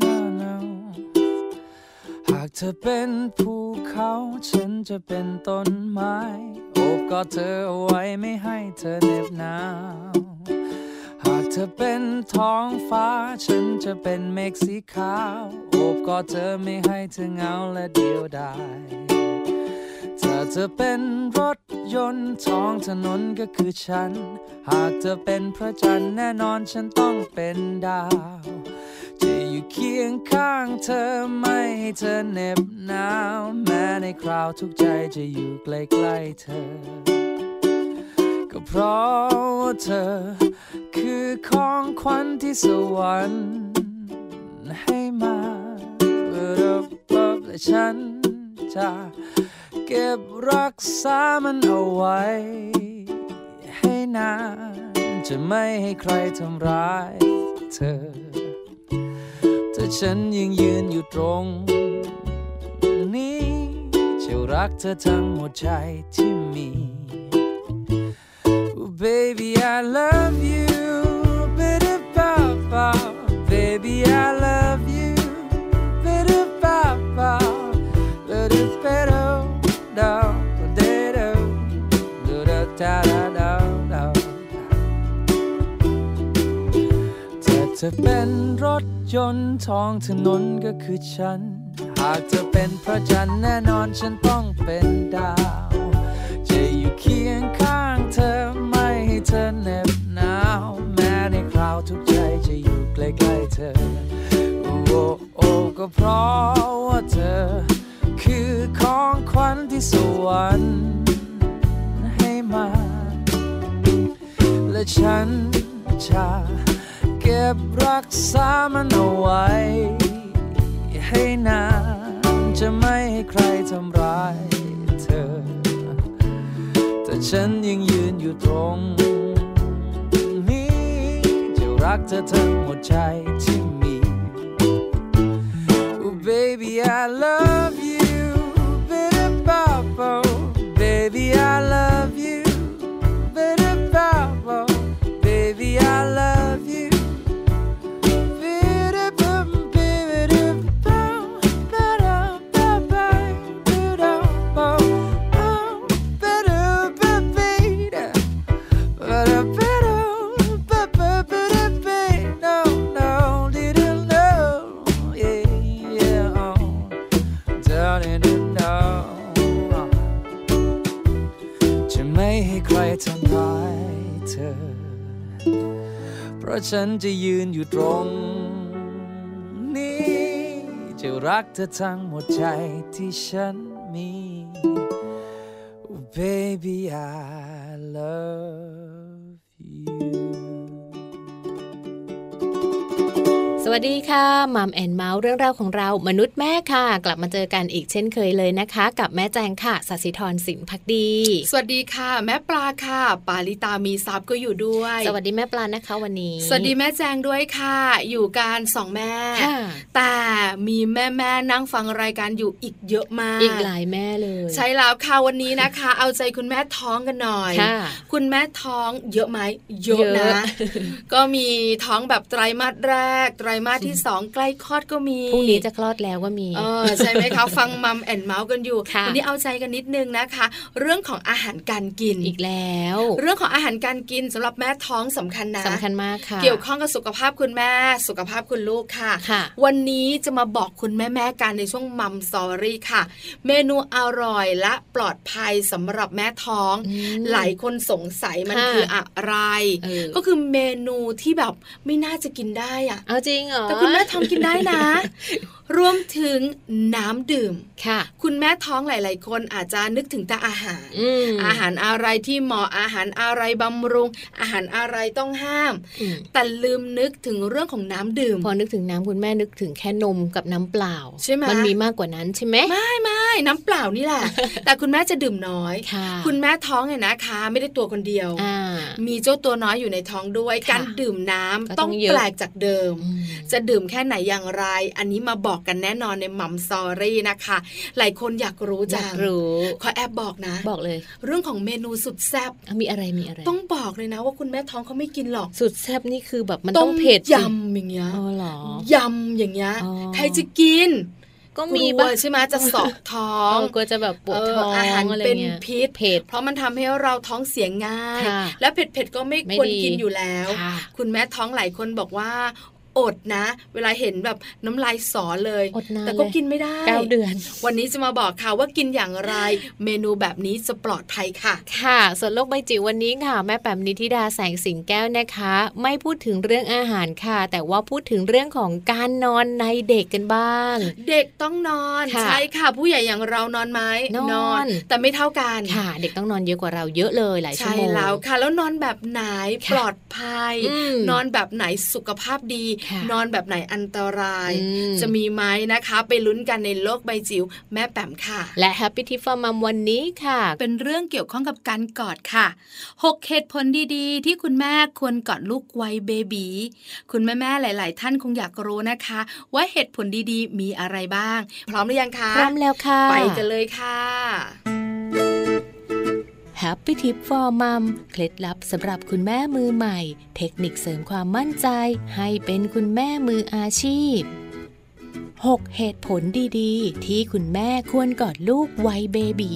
no, no. หากเธอเป็นภูเขาฉันจะเป็นต้นไม้โอบกอดเธอเอาไว้ไม่ให้เธอเหน็บหนาว หากเธอเป็นท้องฟ้า ฉันจะเป็นเมฆสีขาวโอบกอดเธอไม่ให้เธอเหงาและเดียวดายถ้าเธอเป็นรถยนต์ท้องถนนก็คือฉัน หากเธอเป็นพระจันทร์แน่นอนฉันต้องเป็นดาว จะอยู่เคียงข้างเธอไม่ให้เธอเหน็บหนาวแม้ในคราวทุกข์ใจจะอยู่ใกล้ๆเธอ ก็เพราะว่าเธอ คือของขวัญที่สวรรค์ให้มาเพื่อรับปับและฉันจะเก็บรักษามันเอาไว้ ให้นาน จะไม่ให้ใครทำร้ายเธอ ถ้าฉันยังยืนอยู่ตรง นี้จะรักเธอทั้งหัวใจที่มี Oh, baby, I love you. Bitter papa. Baby, I love you. Bitter papa. Little pedo. Da da da do da da da da da. ถ้าเธอเป็นรถยนต์ท้องถนนก็คือฉัน หากเธอเป็นพระจันทร์แน่นอนฉันต้องเป็นดาว จะอยู่เคียงข้างเธอไม่ให้เธอเหน็บหนาว แม้ในคราวทุกข์ใจจะอยู่ใกล้ๆเธอ โอ้โอ้ก็เพราะว่าเธอ คือของขวัญที่สวรรค์ให้มา และฉันจะเก็บรักษามันเอาไว้ ให้นานจะไม่ให้ใครทำร้ายเธอ แต่ฉันยังยืนอยู่ตรงนี้ จะรักเธอทั้งหมดใจที่มี Oh, baby, I love you. Bitter Papa. Baby, I love you. Bitter Papa. Baby, I love you. Bitter bum, bitter bum, bitter bum, bitter bum, bum, bitter bum, bitter. Bitter, bitter, bitter, bitter, bitter. No, no, little, no. Yeah, yeah, oh. Down in the know. จะไม่ให้ใครทำร้ายเธอ เพราะฉันจะยืนอยู่ตรงนี้ จะรักเธอทั้งหมดใจที่ฉันมี Oh, baby I love you สวัสดีค่ะมัมแอนเมาส์เรื่องราวของเรามนุษย์แม่ค่ะ กลับมาเจอกันอีกเช่นเคยเลยนะคะ กับแม่แจงค่ะสัสิธรสินพักดี สวัสดีค่ะ แม่ปลาค่ะ ปาลิตามีซับก็อยู่ด้วย สวัสดีแม่ปลานะคะวันนี้ สวัสดีแม่แจงด้วยค่ะ อยู่การสองแม่ ค่ะ แต่มีแม่แม่ๆนั่งฟังรายการอยู่อีกเยอะมาก อีกหลายแม่เลย ใช่แล้วค่ะวันนี้นะคะ เอาใจคุณแม่ท้องกันหน่อย ค่ะ คุณแม่ท้องเยอะไหมเยอะ เย นะ อะ ก็มีท้องแบบไตรมาสแรก ไตรมาสที่สองใกล้คลอดก็มี พรุ่งนี้จะคลอดแล้วก็มี เออใช่ไหมคะ ฟังมัมแอนเมาส์กันอยู่ ค่ะ วันี้เอาใจกันนิดนึงนะคะ เรื่องของอาหารการกิน อีกแล้ว เรื่องของอาหารการกินสำหรับแม่ท้องสำคัญนะ สำคัญมากค่ะ เกี่ยวข้องกับสุขภาพคุณแม่ สุขภาพคุณลูกค่ะ ค่ะ วันนี้จะมาบอกคุณแม่แม่ๆกันในช่วงมัมสอรี่ค่ะ เมนูอร่อยและปลอดภัยสำหรับแม่ท้อง อืม หลายคนสงสัยมัน ค่ะ คืออะไร เออ ก็คือเมนูที่แบบไม่น่าจะกินได้อะ เอาจริงเหรอ แต่คุณแม่ท้องกินได้นะ รวมถึงน้ำดื่ม ค่ะ คุณแม่ท้องหลาย ๆ คนอาจจะนึกถึงแต่อาหาร อืม อาหารอะไรที่เหมาะอาหารอะไรบำรุง อาหารอะไรต้องห้าม อืม แต่ลืมนึกถึงเรื่องของน้ำดื่ม พอนึกถึงน้ำคุณแม่นึกถึงแค่นมกับน้ำเปล่า ใช่ไหม มันมีมากกว่านั้นใช่ไหม ไม่ไม่น้ำเปล่านี่ แหละ แต่คุณแม่จะดื่มน้อย ค่ะ คุณแม่ท้องเนี่ยนะคะ ไม่ได้ตัวคนเดียว อ่า มีเจ้าตัวน้อยอยู่ในท้องด้วย ค่ะ การดื่มน้ำ ก็ต้ ต้ อ องง เยอะ แปลกจากเดิม อืม จะดื่มแค่ไหนอย่างไร อันนี้มาบอกกันแน่นอนในมัมซอรี่นะคะ หลายคนอยากรู้ อ จั ยาก ง รู้ ขอแอบบอกนะ บอกเลย เรื่องของเมนูสุดแซ่บ อ่ะมีอะไรมีอะไร ต้องบอกเลยนะว่าคุณแม่ท้องเขาไม่กินหรอก สุดแซ่บนี่คือแบบมันต้องเผ็ดสิ ยำอย่างเงี้ย อ๋อเหรอ ยำอย่างเงี้ย อ๋อ ใครจะกิน ก็มี กลัว บ้าง ใช่ไหมจะเสอบท้อ เอง อกลัวจะแบบปวด เออ ท้อง อาหาร อะไร เป็น เงี้ย พิษ เผ็ด เพราะมันทำให้เราท้องเสียง่าย ค่ะ และเผ็ดๆก็ไม่ ไม่ ควร ดี กินอยู่แล้ว ค่ะ คุณแม่ท้องหลายคนบอกว่า อดนะ เวลาเห็นแบบน้ำลายสอเลย อดนาน แต่ก็ เลย กินไม่ได้ เก้าเดือน วันนี้จะมาบอกค่ะว่ากินอย่าง ไร เมนูแบบนี้จะปลอดภัยค่ะ ค่ะส่วนโลกใบจิ๋ววันนี้ค่ะ แม่แปมนิธิดาแสงสิงแก้วนะคะ ไม่พูดถึงเรื่องอาหารค่ะ แต่ว่าพูดถึงเรื่องของการนอนในเด็กกันบ้าง เด็กต้องนอน ค่ะ ใช่ค่ะ ผู้ใหญ่อย่างเรานอนไหม นอน แต่ไม่เท่ากัน ค่ะ เด็กต้องนอนเยอะกว่าเราเยอะเลยหลายชั่วใช่โมง แล้วค่ะ แล้วนอนแบบไหน ค่ะ ปลอดภัย อืม นอนแบบไหนสุขภาพดี ค่ะ นอนแบบไหนอันตราย อืม จะมีไหมนะคะ ไปลุ้นกันในโลกใบจิ๋วแม่แปมค่ะ และ Happy t i p for Mom วันนี้ค่ะ เป็นเรื่องเกี่ยวข้องกับการกอดค่ะ 6 เหตุผลดีๆ ที่คุณแม่ควรกอดลูกวัยเบบีคุณแม่ ๆ หลาย ๆ ท่านคงอยากรู้นะคะ ว่าเหตุผลดีๆ มีอะไรบ้าง พร้อมหรือยังคะ พร้อมแล้วค่ะ ไปกันเลยค่ะ Happy t i p for Mom เคล็ดลับสำหรับคุณแม่มือใหม่ เทคนิคเสริมความมั่นใจ ให้เป็นคุณแม่มืออาชีพ 6 เหตุผลดีๆ ที่คุณแม่ควรกอดลูกวัยเบบี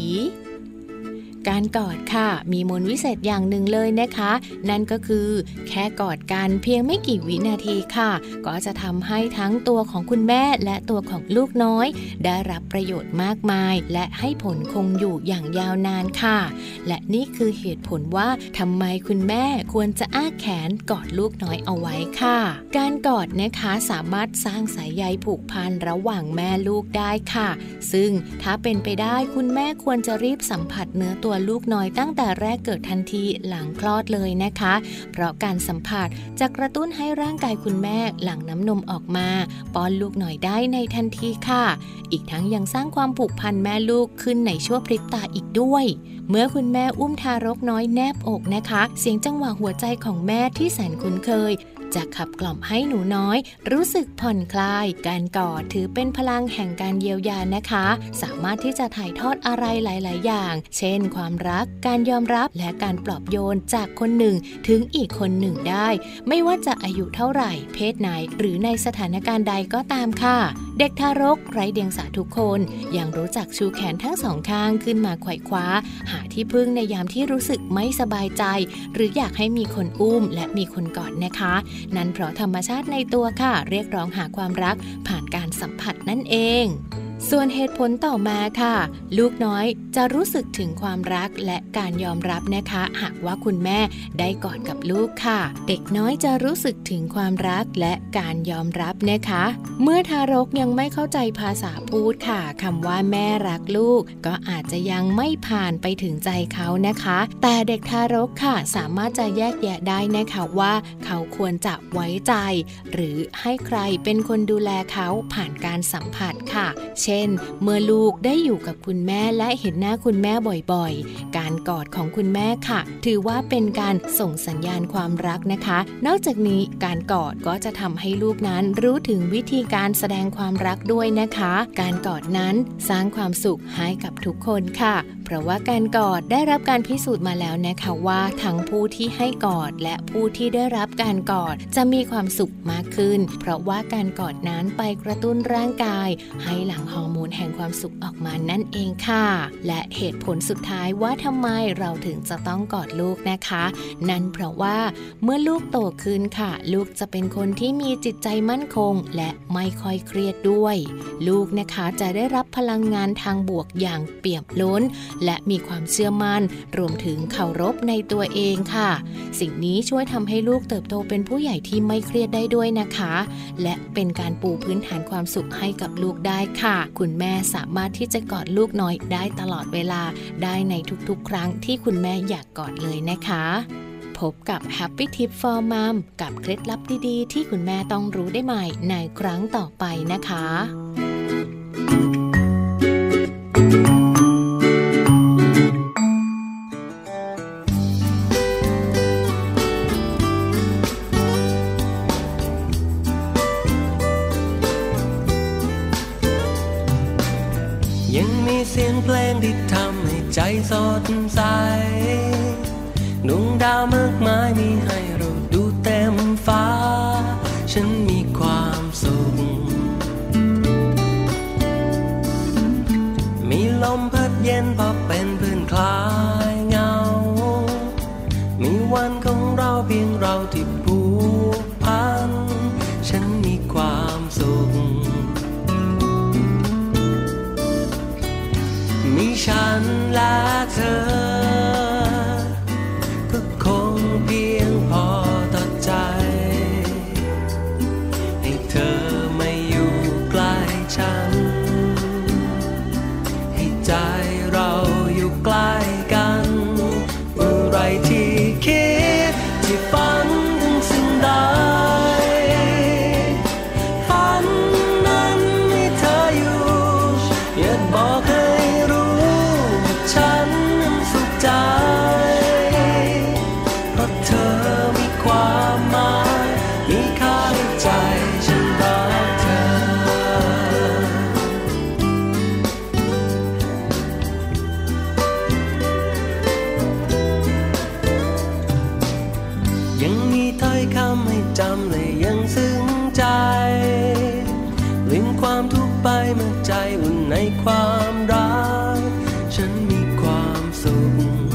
การกอดค่ะ มีมนต์วิเศษอย่างหนึ่งเลยนะคะ นั่นก็คือแค่กอดกันเพียงไม่กี่วินาทีค่ะ ก็จะทำให้ทั้งตัวของคุณแม่และตัวของลูกน้อย ได้รับประโยชน์มากมาย และให้ผลคงอยู่อย่างยาวนานค่ะ และนี่คือเหตุผลว่าทำไมคุณแม่ควรจะอ้าแขนกอดลูกน้อยเอาไว้ค่ะ การกอดนะคะสามารถสร้างสายใยผูกพันระหว่างแม่ลูกได้ค่ะ ซึ่งถ้าเป็นไปได้คุณแม่ควรจะรีบสัมผัสเนื้อตัวลูกน้อยตั้งแต่แรกเกิดทันทีหลังคลอดเลยนะคะ เพราะการสัมผัสจะกระตุ้นให้ร่างกายคุณแม่หลั่งน้ำนมออกมาป้อนลูกน้อยได้ในทันทีค่ะ อีกทั้งยังสร้างความผูกพันแม่ลูกขึ้นในชั่วพริบตาอีกด้วย เมื่อคุณแม่อุ้มทารกน้อยแนบอกนะคะ เสียงจังหวะหัวใจของแม่ที่แสนคุ้นเคย จะขับกล่อมให้หนูน้อย รู้สึกผ่อนคลาย การกอดถือเป็นพลังแห่งการเยียวยานะคะ สามารถที่จะถ่ายทอดอะไรหลาย ๆ อย่าง เช่น ความรัก การยอมรับและการปลอบโยนจากคนหนึ่งถึงอีกคนหนึ่งได้ ไม่ว่าจะอายุเท่าไหร่ เพศไหน หรือในสถานการณ์ใดก็ตามค่ะ เด็กทารกไร้เดียงสาทุกคน ยังรู้จักชูแขนทั้งสองข้างขึ้นมาไขว่คว้า หาที่พึ่งในยามที่รู้สึกไม่สบายใจ หรืออยากให้มีคนอุ้มและมีคนกอดนะคะ นั่นเพราะธรรมชาติในตัวค่ะ เรียกร้องหาความรักผ่านการสัมผัสนั่นเอง ส่วนเหตุผลต่อมาค่ะ ลูกน้อยจะรู้สึกถึงความรักและการยอมรับนะคะ หากว่าคุณแม่ได้กอดกับลูกค่ะ เด็กน้อยจะรู้สึกถึงความรักและการยอมรับนะคะ เมื่อทารกยังไม่เข้าใจภาษาพูดค่ะคำว่าแม่รักลูก ก็อาจจะยังไม่ผ่านไปถึงใจเขานะคะ แต่เด็กทารกค่ะ สามารถจะแยกแยะได้นะคะว่าเขาควรจะไว้ใจ หรือให้ใครเป็นคนดูแลเขาผ่านการสัมผัสค่ะ เช่น เมื่อลูกได้อยู่กับคุณแม่และเห็นหน้าคุณแม่บ่อยๆ การกอดของคุณแม่ค่ะ ถือว่าเป็นการส่งสัญญาณความรักนะคะ นอกจากนี้การกอดก็จะทำให้ลูกนั้นรู้ถึงวิธีการแสดงความรักด้วยนะคะ การกอดนั้นสร้างความสุขให้กับทุกคนค่ะ เพราะว่าการกอดได้รับการพิสูจน์มาแล้วนะคะว่าทั้งผู้ที่ให้กอดและผู้ที่ได้รับการกอดจะมีความสุขมากขึ้น เพราะว่าการกอดนั้นไปกระตุ้นร่างกาย ให้หลั่งฮอร์ อร์โมนแห่งความสุขออกมานั่นเองค่ะ และเหตุผลสุดท้ายว่าทำไมเราถึงจะต้องกอดลูกนะคะ นั่นเพราะว่าเมื่อลูกโตขึ้นค่ะ ลูกจะเป็นคนที่มีจิตใจมั่นคง และไม่ค่อยเครียดด้วย ลูกนะคะจะได้รับพลังงานทางบวกอย่างเปี่ยมล้น และมีความเชื่อมั่น รวมถึงเคารพในตัวเองค่ะ สิ่งนี้ช่วยทำให้ลูกเติบโตเป็นผู้ใหญ่ที่ไม่เครียดได้ด้วยนะคะ และเป็นการปูพื้นฐานความสุขให้กับลูกได้ค่ะ คุณแม่สามารถที่จะกอดลูกน้อยได้ตลอดเวลา ได้ในทุกๆ ครั้งที่คุณแม่อยากกอดเลยนะคะ พบกับ Happy Tip for Mom กับเคล็ดลับดีๆ ที่คุณแม่ต้องรู้ได้ใหม่ในครั้งต่อไปนะคะ ยังมีเสียงเพลงที่ทำให้ใจสดใส ดวงดาวมากมายมีให้เราดูเต็มฟ้า ฉันมีความสุข มีลมพัดเย็นพอเป็นเพื่อนคลายเหงา มีวันของเราเพียงเราที่ผูกพัน ฉันมีความสุข มีฉันและเธอ ก็คงเพียงพอต่อใจ ให้เธอมาอยู่ใกล้ฉัน ให้ใจเราอยู่ใกล้กันเมื่อไรที่คิดที่ฝันถึงสิ่งใด ฝันนั้นมีเธออยู่ อยากบอกให้รู้ว่าฉันนั้นสุขใจ เพราะเธอมีความหมาย มีค่าในใจฉันรักเธอ ยังมีถ้อยคำให้จำและยังซึ้งใจ ลืมความทุกข์ไปเมื่อใจอุ่นในความรัก ฉันมีความสุข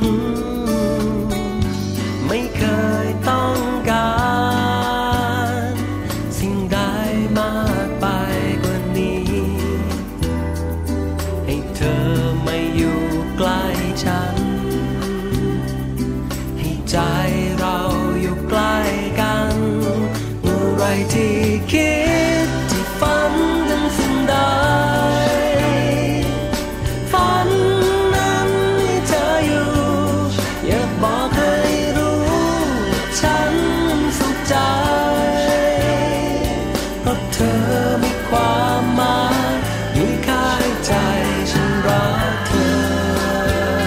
อืมไม่เคยต้องการ สิ่งใดมากไปกว่านี้ ให้เธอมาอยู่ใกล้ฉัน ให้ใจเราอยู่ใกล้กัน เมื่อไรที่คิดที่ฝันถึงสิ่งใด ฝันนั้นมีเธออยู่ อยากบอกให้รู้ว่าฉันนั้นสุขใจ เพราะเธอมีความหมาย มีค่าในใจฉันรักเธอ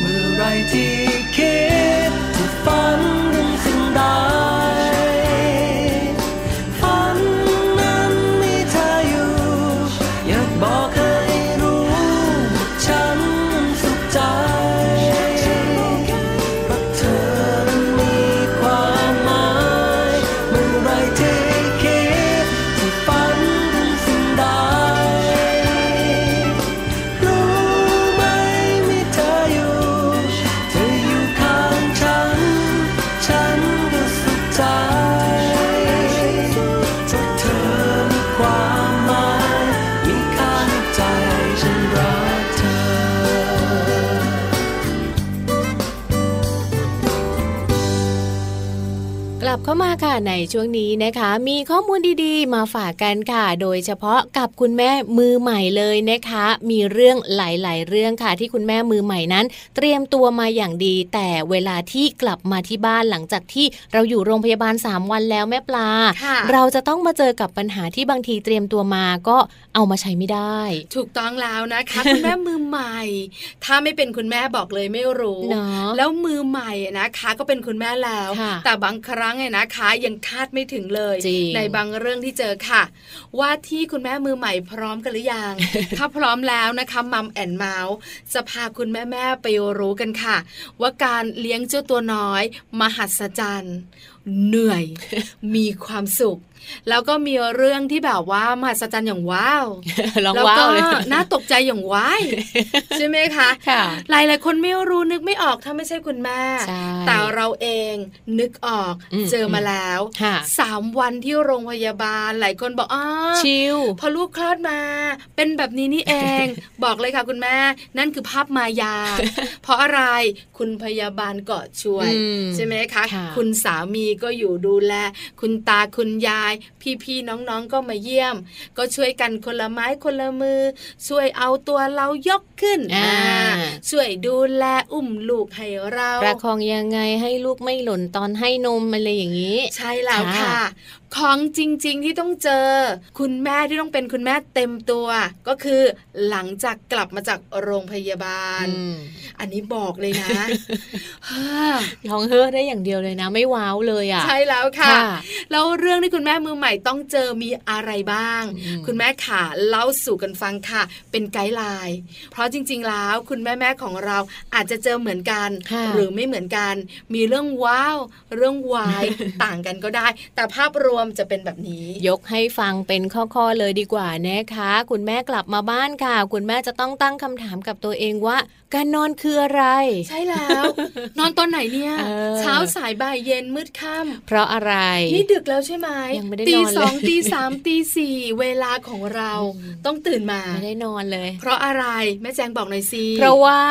เมื่อไรที่คิดที่ฝันถึงสิ่งใด ฝันนั้นมีเธออยู่ อยากบอกให้รู้ว่าฉันนั้นสุขใจ เพราะเธอนั้นมีความหมาย เมื่อไรที่คิดที่ฝันถึงสิ่งใด รู้ไหมมีเธออยู่ เธออยู่ข้างฉัน ฉันก็สุขใจถ้าเธอมีความหมาย มีค่าในใจฉันรักเธอ กลับเข้ามาค่ะในช่วงนี้นะคะ มีข้อมูลดีๆ มาฝากกันค่ะ โดยเฉพาะกับคุณแม่มือใหม่เลยนะคะ มีเรื่องหลายๆ เรื่องค่ะ ที่คุณแม่มือใหม่นั้น เตรียมตัวมาอย่างดี แต่เวลาที่กลับมาที่บ้านหลังจากที่เราอยู่โรงพยาบาล 3 วันแล้วแม่ปลา ค่ะ เราจะต้องมาเจอกับปัญหาที่บางทีเตรียมตัวมาก็เอามาใช้ไม่ได้ ถูกต้องแล้วนะคะ คุณแม่มือใหม่ ถ้าไม่เป็นคุณแม่บอกเลยไม่รู้ เนาะ แล้วมือใหม่นะคะก็เป็นคุณแม่แล้ว ค่ะ แต่บางครั้งเนี่ย นะคะ ยังคาดไม่ถึงเลย จริง ในบางเรื่องที่เจอค่ะ ว่าที่คุณแม่มือใหม่พร้อมกันหรือยัง ถ้าพร้อมแล้วนะคะมัมแอนเมาส์จะพาคุณแม่แม่ๆไปรู้กันค่ะ ว่าการเลี้ยงเจ้าตัวน้อย มหัศจรรย์ เห นื่อย มีความสุข แล้วก็มีเรื่องที่แบบว่ามหัศจรรย์อย่างว้าว ลอง แล้ว ว้า ก็ วเลย น่าตกใจอย่างว้าย ใช่ไหมคะ ค่ะ หลายหลายๆคนไม่รู้นึกไม่ออกถ้าไม่ใช่คุณแม่ ใช่ แต่เราเองนึกออก อืม เจอมาแล้ว ค่ะ สามวันที่โรงพยาบาลหลายคนบอกอ๋อ ชิล พอลูกคลอดมา เป็นแบบนี้นี่เอง บอกเลยค่ะคุณแม่ นั่นคือภาพมายา เพราะอะไรคุณพยาบาลเกาะช่วย อืม ใช่ไหมคะ ค่ะ คุณสามีก็อยู่ดูแล คุณตาคุณยาย พี่ๆน้องๆก็มาเยี่ยม ก็ช่วยกันคนละไม้คนละมือ ช่วยเอาตัวเรายกขึ้น อ่า อ่าช่วยดูแลอุ้มลูกให้เรา ประคองยังไงให้ลูกไม่หล่นตอนให้นมอะไรอย่างนี้ ใช่แล้ว ค่ะ ค่ะ ของจริงๆที่ต้องเจอ คุณแม่ที่ต้องเป็นคุณแม่เต็มตัว ก็คือหลังจากกลับมาจากโรงพยาบาล อืม อันนี้บอกเลยนะ ฮ่า ร้องเฮ้อได้อย่างเดียวเลยนะ ไม่ว้าวเลยอ่ะ ใช่แล้วค่ะ แล้วเรื่องที่คุณแม่มือใหม่ต้องเจอมีอะไรบ้าง อืม คุณแม่ขาเล่าสู่กันฟังค่ะ เป็นไกด์ไลน์ เพราะจริง ๆ แล้วคุณแม่แม่ๆของเราอาจจะเจอเหมือนกัน ค่ะ หรือไม่เหมือนกัน มีเรื่องว้าว เรื่อง วาย ต่างกันก็ได้ แต่ภาพรวมจะเป็นแบบนี้ ยกให้ฟังเป็นข้อๆเลยดีกว่านะคะ คุณแม่กลับมาบ้านค่ะ คุณแม่จะต้องตั้งคำถามกับตัวเองว่า การนอนคืออะไร ใช่แล้ว นอนตอนไหนเนี่ย เออ เช้าสายบ่ายเย็นมืดค่ำ เพราะอะไร นี่ดึกแล้วใช่ไหม ยังไม่ได้ ตี นอนเลย สองตีสาม ตีสี่เวลาของเราต้องตื่นมา ไม่ได้นอนเลย เพราะอะไรแม่แจงบอกหน่อยสิ เพราะว่า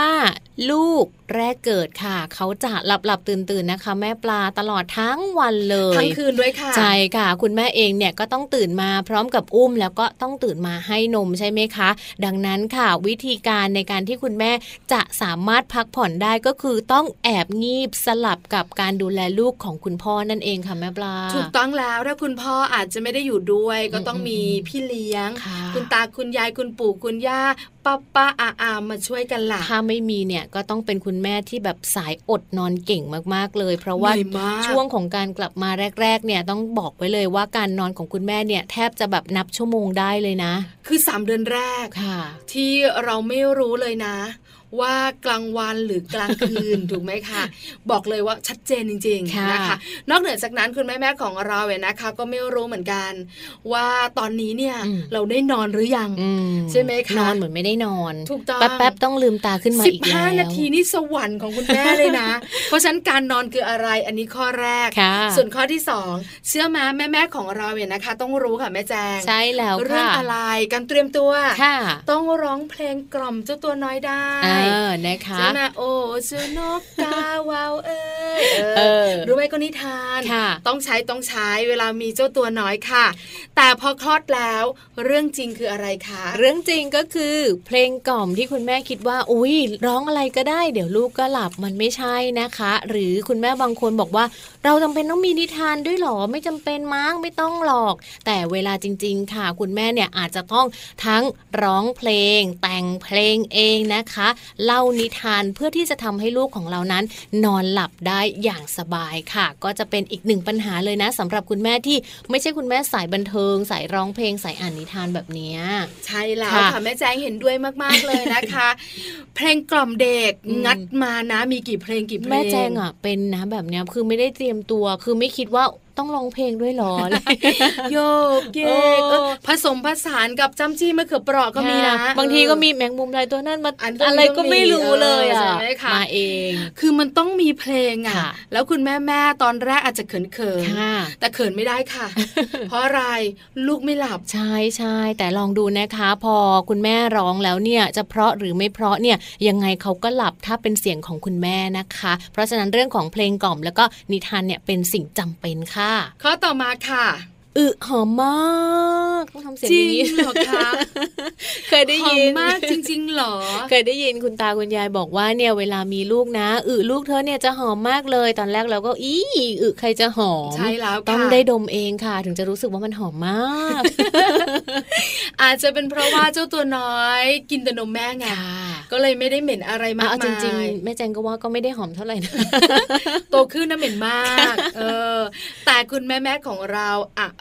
ลูกแรกเกิดค่ะ เขาจะหลับหลับตื่นตื่นๆนะคะ แม่ปลาตลอดทั้งวันเลย ทั้งคืนด้วยค่ะ ใช่ค่ะ คุณแม่เองเนี่ยก็ต้องตื่นมาพร้อมกับอุ้ม แล้วก็ต้องตื่นมาให้นมใช่ไหมคะ ดังนั้นค่ะ วิธีการในการที่คุณแม่จะสามารถพักผ่อนได้ก็คือต้องแอบงีบสลับกับการดูแลลูกของคุณพ่อนั่นเองค่ะแม่ปลา ถูกต้องแล้วถ้าคุณพ่ออาจจะไม่ได้อยู่ด้วย ก็ต้องมีพี่เลี้ยง ค่ะ คุณตาคุณยายคุณปู่คุณย่าป้าป้าอาอามาช่วยกันล่ะ ถ้าไม่มีเนี่ยก็ต้องเป็นคุณแม่ที่แบบสายอดนอนเก่งมากๆเลย เพราะว่า เหนื่อยมาก ช่วงของการกลับมาแรก ๆ เนี่ยต้องบอกไว้เลยว่าการนอนของคุณแม่เนี่ยแทบจะแบบนับชั่วโมงได้เลยนะ คือสามเดือนแรก ค่ะ ที่เราไม่รู้เลยนะ ว่ากลางวันหรือกลางคื น ถูกไหมคะ บอกเลยว่าชัดเจนจริง ค่ะ ๆนะคะนอกเหนือจากนั้นคุณแม่แม่ๆของเราเนี่ยนะคะ ก็ไม่รู้เหมือนกัน ว่าตอนนี้เนี่ย อืม เราได้นอนหรือยัง อืม ใช่ไหมคะ นอนเหมือนไม่ได้นอน ถูกต้อง แป๊บๆต้องลืมตาขึ้นมา สิบ อีกแล้ว ห้านาทีนี่สวรรค์ของคุณแม่เลย นะ เพราะฉะนั้นการนอนคืออะไรอันนี้ข้อแรก ค่ะ ส่วนข้อที่สองเชื่อมาแม่แม่ๆของเราเนี่ยนะคะ ต้องรู้ค่ะแม่แจง ใช่แล้ว เรื่อ ค่ะ งอะไรการเตรียมตัว ค่ะ ต้องร้องเพลงกล่อมเจ้าตัวน้อยได้ เออนะคะ ใช่ไหมโอ้เจ้านกกาวาวเอ้ย เอ เออ อ รู้ไหมก็นิทาน ค่ะ ต้องใช้ต้องใช้เวลามีเจ้าตัวน้อยค่ะ แต่พอคลอดแล้วเรื่องจริงคืออะไรคะ เรื่องจริงก็คือเพลงกล่อมที่คุณแม่คิดว่า อุ้ยร้องอะไรก็ได้ เดี๋ยวลูกก็หลับมันไม่ใช่นะคะ หรือคุณแม่บางคนบอกว่า เราจำเป็นต้องมีนิทานด้วยหรอไม่จำเป็นมั้งไม่ต้องหรอก แต่เวลาจริง ๆ ค่ะ คุณแม่เนี่ยอาจจะต้องทั้งร้องเพลง แต่งเพลงเองนะคะ เล่านิทานเพื่อที่จะทำให้ลูกของเรานั้น นอนหลับได้อย่างสบายค่ะ ก็จะเป็นอีกหนึ่งปัญหาเลยนะสำหรับคุณแม่ที่ไม่ใช่คุณแม่สายบันเทิง สายร้องเพลงสายอ่านนิทานแบบเนี้ย ใช่แล้ว ค่ะ ค่ะแม่แจงเห็นด้วยมากๆเลยนะคะ เพลงกล่อมเด็ก อืม งัดมานะมีกี่เพลงกี่เพลง แม่แจงอ่ะเป็นนะแบบเนี้ยคือไม่ได้เตรียมตัว คือไม่คิดว่าต้องร้องเพลงด้วย หรอ โยกเยก โอ้ ผสมผสานกับจำจี้มะเขือเปราะก็มีนะ บางที เออ ก็มีแมงมุมลายตัวนั้นมา อันก็มี อะไรก็ไม่รู้เลย เออใช่ อ่ะ ไหมคะ มาเอง คือมันต้องมีเพลงอ่ะ ค่ะ แล้วคุณแม่แม่ๆตอนแรกอาจจะเขินเขินๆ ค่ะ แต่เขินไม่ได้ ค่ะ เพราะอะไรลูกไม่หลับ ใช่ใช่แต่ลองดูนะคะ พอคุณแม่ร้องแล้วเนี่ยจะเพราะหรือไม่เพราะเนี่ยยังไงเขาก็หลับถ้าเป็นเสียงของคุณแม่นะคะ เพราะฉะนั้นเรื่องของเพลงกล่อมแล้วก็นิทานเนี่ยเป็นสิ่งจำเป็นค่ะ ข้อต่อมาค่ะ อึหอมมากต้องทำเสียง จ อ ริ ย่างงนี้ เหรอคะ เคย ได้ หอม ยิน มากจริงๆเหร อ เคยได้ยินคุณตาคุณยายบอกว่าเนี่ยเวลามีลูกนะอึลูกเธอเนี่ยจะหอมมากเลย ตอนแรกเราก็อีอึใครจะหอม ใช่แล้วค่ะ ต้องได้ดมเองค่ะ ถึงจะรู้สึกว่ามันหอมมาก อาจจะเป็นเพราะว่าเจ้าตัวน้อย กินแต่นมแม่ไง ค่ะ ก็เลยไม่ได้เหม็นอะไรมาก เอาจ มาย ริง ๆแม่แจงก็ว่าก็ไม่ได้หอมเท่าไหร่นะ โตขึ้นน่ะเหม็นมาก เออ แต่คุณแม่แม่ๆของเรา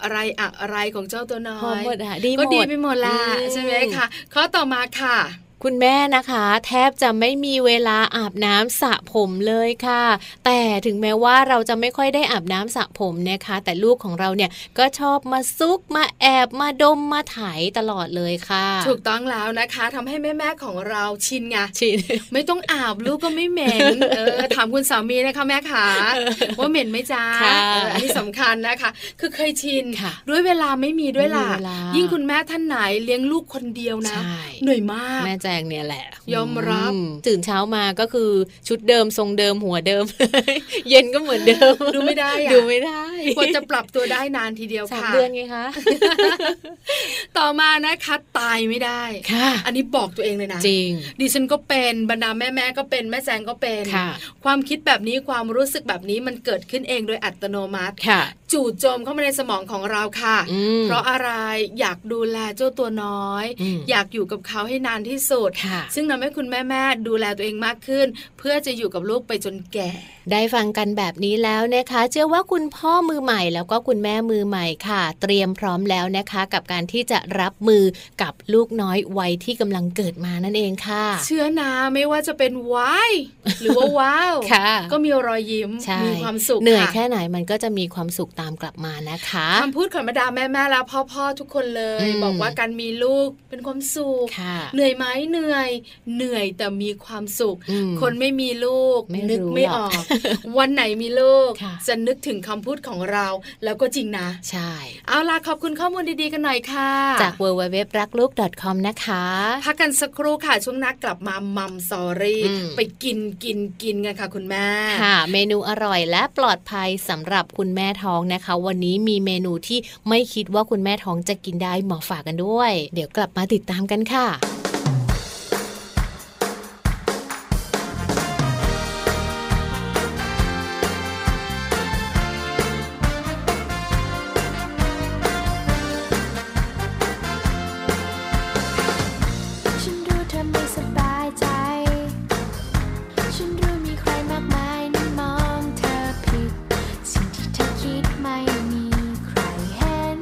อะไรอะไรของเจ้าตัวน้อย หอมหมดอะดีหมด ก็ดีไปหมดละ อืม ใช่ไหมคะข้อต่อมาค่ะ คุณแม่นะคะ แทบจะไม่มีเวลาอาบน้ำสระผมเลยค่ะ แต่ถึงแม้ว่าเราจะไม่ค่อยได้อาบน้ำสระผมนะคะ แต่ลูกของเราเนี่ยก็ชอบมาซุกมาแอบมาดมมาไถ่ายตลอดเลยค่ะ ถูกต้องแล้วนะคะทำให้แม่แม่ๆของเราชินไง ชิน ไม่ต้องอาบลูกก็ไม่เหม็ น เออถามคุณสามีนะคะแม่ขาว่าเหม็นไหมจ้า ค่ะ เอออันนี้สำคัญนะคะ คือเคยชิน ค่ะ ด้วยเวลาไม่มีด้วยล่ะ ไม่มีเวลายิ่ ยิ่งคุณแม่ท่านไหนเลี้ยงลูกคนเดียวนะ ใช่ เหนื่อยมาก แม่แจงเนี่ยแหละ ยอมรับ อืตื่นเช้ามาก็คือชุดเดิมทรงเดิมหัวเดิม เย็น ก็เหมือนเดิม ดูไม่ได้อะ ดูไม่ได้ กว่าจะปรับตัวได้นานทีเดียว สาม ค่ะ เดือนไงคะ ต่อมานะคะตายไม่ได้ ค่ะ อันนี้บอกตัวเองเลยนะ จริง ดิฉันก็เป็นบรรดาแม่แม่ๆก็เป็นแม่แจงก็เป็น ค่ะ ความคิดแบบนี้ความรู้สึกแบบนี้มันเกิดขึ้นเองโดยอัตโนมัติ ค่ะ จู่โจมเข้ามาในสมองของเราค่ะ อืม เพราะอะไรอยากดูแลเจ้าตัวน้อย อืม อยากอยู่กับเขาให้นานที่สุด ค่ะ ซึ่งทำให้คุณแม่แม่ๆดูแลตัวเองมากขึ้น เพื่อจะอยู่กับลูกไปจนแก่ ได้ฟังกันแบบนี้แล้วนะคะ เชื่อว่าคุณพ่อมือใหม่แล้วก็คุณแม่มือใหม่ค่ะ เตรียมพร้อมแล้วนะคะ กับการที่จะรับมือกับลูกน้อยวัยที่กำลังเกิดมานั่นเองค่ะ เชื่อนะไม่ว่าจะเป็น ว้ายหรือว่าว้าว ค่ะ ก็มีรอยยิ้ม ใช่ มีความสุข เหนื่อย ะ แค่ไหนมันก็จะมีความสุขตามกลับมานะคะ คำพูดของบรรดาแม่แม่ๆและพ่อพ่อๆทุกคนเลย อืม บอกว่าการมีลูกเป็นความสุข ค่ะ เหนื่อยไหมเหนื่อย เหนื่อยแต่มีความสุข อืม คนไม่มีลูก ไม่ นึก รู้ ไม่ หรอออก ก วันไหนมีลูก ค่ะ จะนึกถึงคำพูดของเรา แล้วก็จริงนะ ใช่ เอาล่ะ ขอบคุณข้อมูลดีๆกันหน่อยค่ะ จาก w w w รักลูก .com นะคะ พักกันสักครู่ค่ะ ช่วงหนักกลับมามัมสอรี่ อืม ไปกินกินกินกันค่ะ คุณแม่ ค่ะ เมนูอร่อยและปลอดภัยสำหรับคุณแม่ท้องนะคะ วันนี้มีเมนูที่ไม่คิดว่าคุณแม่ท้องจะกินได้มาฝากกันด้วย เดี๋ยวกลับมาติดตามกันค่ะ ฉันรู้เธอไม่สบายใจ ฉันรู้มีใครมากมายนั้นมองเธอผิด สิ่งที่เธอคิดไม่มีใครเห็น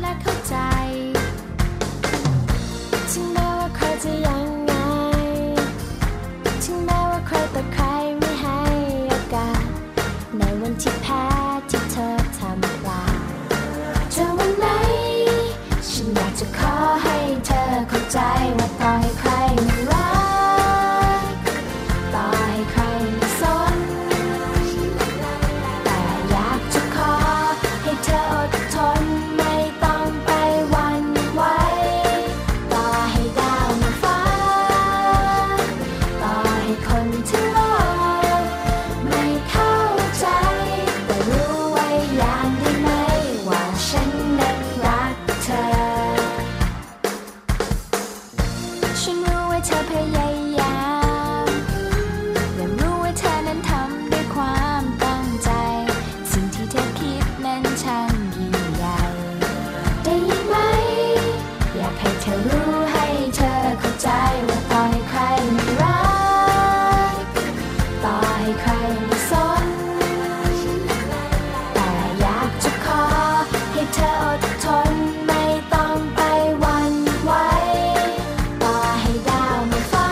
และเข้าใจ ถึงแม้ว่าใครจะยังไง ถึงแม้ว่าใครต่อใครไม่ให้โอกาส ในวันที่แพ้ที่เธอทำพลาด เธอวันไหน ฉันอยากจะขอให้เธอเข้าใจว่าต่อให้ใครไม่รักต่อให้ใครไม่สน แต่อยากจะขอให้เธออดทนไม่ต้องไปหวันไหวต่อให้ดาวมันฟ้า ต่อให้คนทั้งโลก ไม่เข้าใจ แต่รู้ไว้อย่างได้ไหม ว่าฉันนั้นรักเธอ ฉันรู้ว่าเธอพยายามและรู้ว่าเธอนั้นทำด้วยความตั้งใจ สิ่งที่เธอคิดนั้นช่างยิ่งใหญ่ ได้ยินไหม อยากให้เธอรู้ให้เธอเข้าใจว่าต่อให้ใครไม่รัก ต่อให้ใครไม่สน แต่อยากจะขอให้เธออดทนไม่ต้องไปหวันไหวต่อให้ดาวมันฟ้า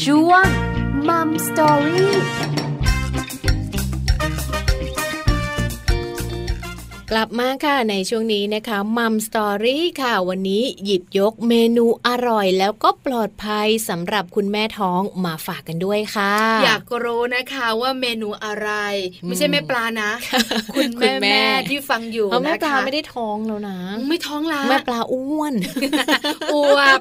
ช่วงมัมสตอรี่ กลับมาค่ะในช่วงนี้นะคะมัมสตอรี่ค่ะ วันนี้หยิบยกเมนูอร่อย แล้วก็ปลอดภัยสำหรับคุณแม่ท้องมาฝากกันด้วยค่ะ อยากรู้นะคะว่าเมนูอะไร อืม ไม่ใช่แม่ปลานะ คุณ คุ แม่ ณแม่ แม่ที่ฟังอยู่ เพราะแม่ นะ ปลา คะ ไม่ได้ท้องแล้วนะ ไม่ท้องละ แม่ปลาอ้วน อวบ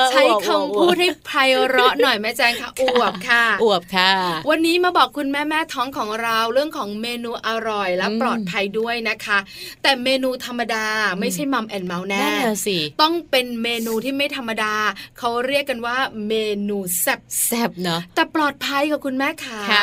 ใช้คำพูดให้ไพเราะหน่อยแม่แจงค่ะอวบค่ะ อวบค่ะ วันนี้มาบอกคุณแม่แม่ท้องของเราเรื่องของเมนูอร่อยและ อืม ปลอดภัยด้วยนะคะ แต่เมนูธรรมดาไม่ใช่มัมแอนเมาส์แน่ นั่นน่ะสิ ต้องเป็นเมนูที่ไม่ธรรมดา เขาเรียกกันว่าเมนูแซ่บ แซบเนาะ แต่ปลอดภัยกับคุณแม่ค่ะ ค่ะ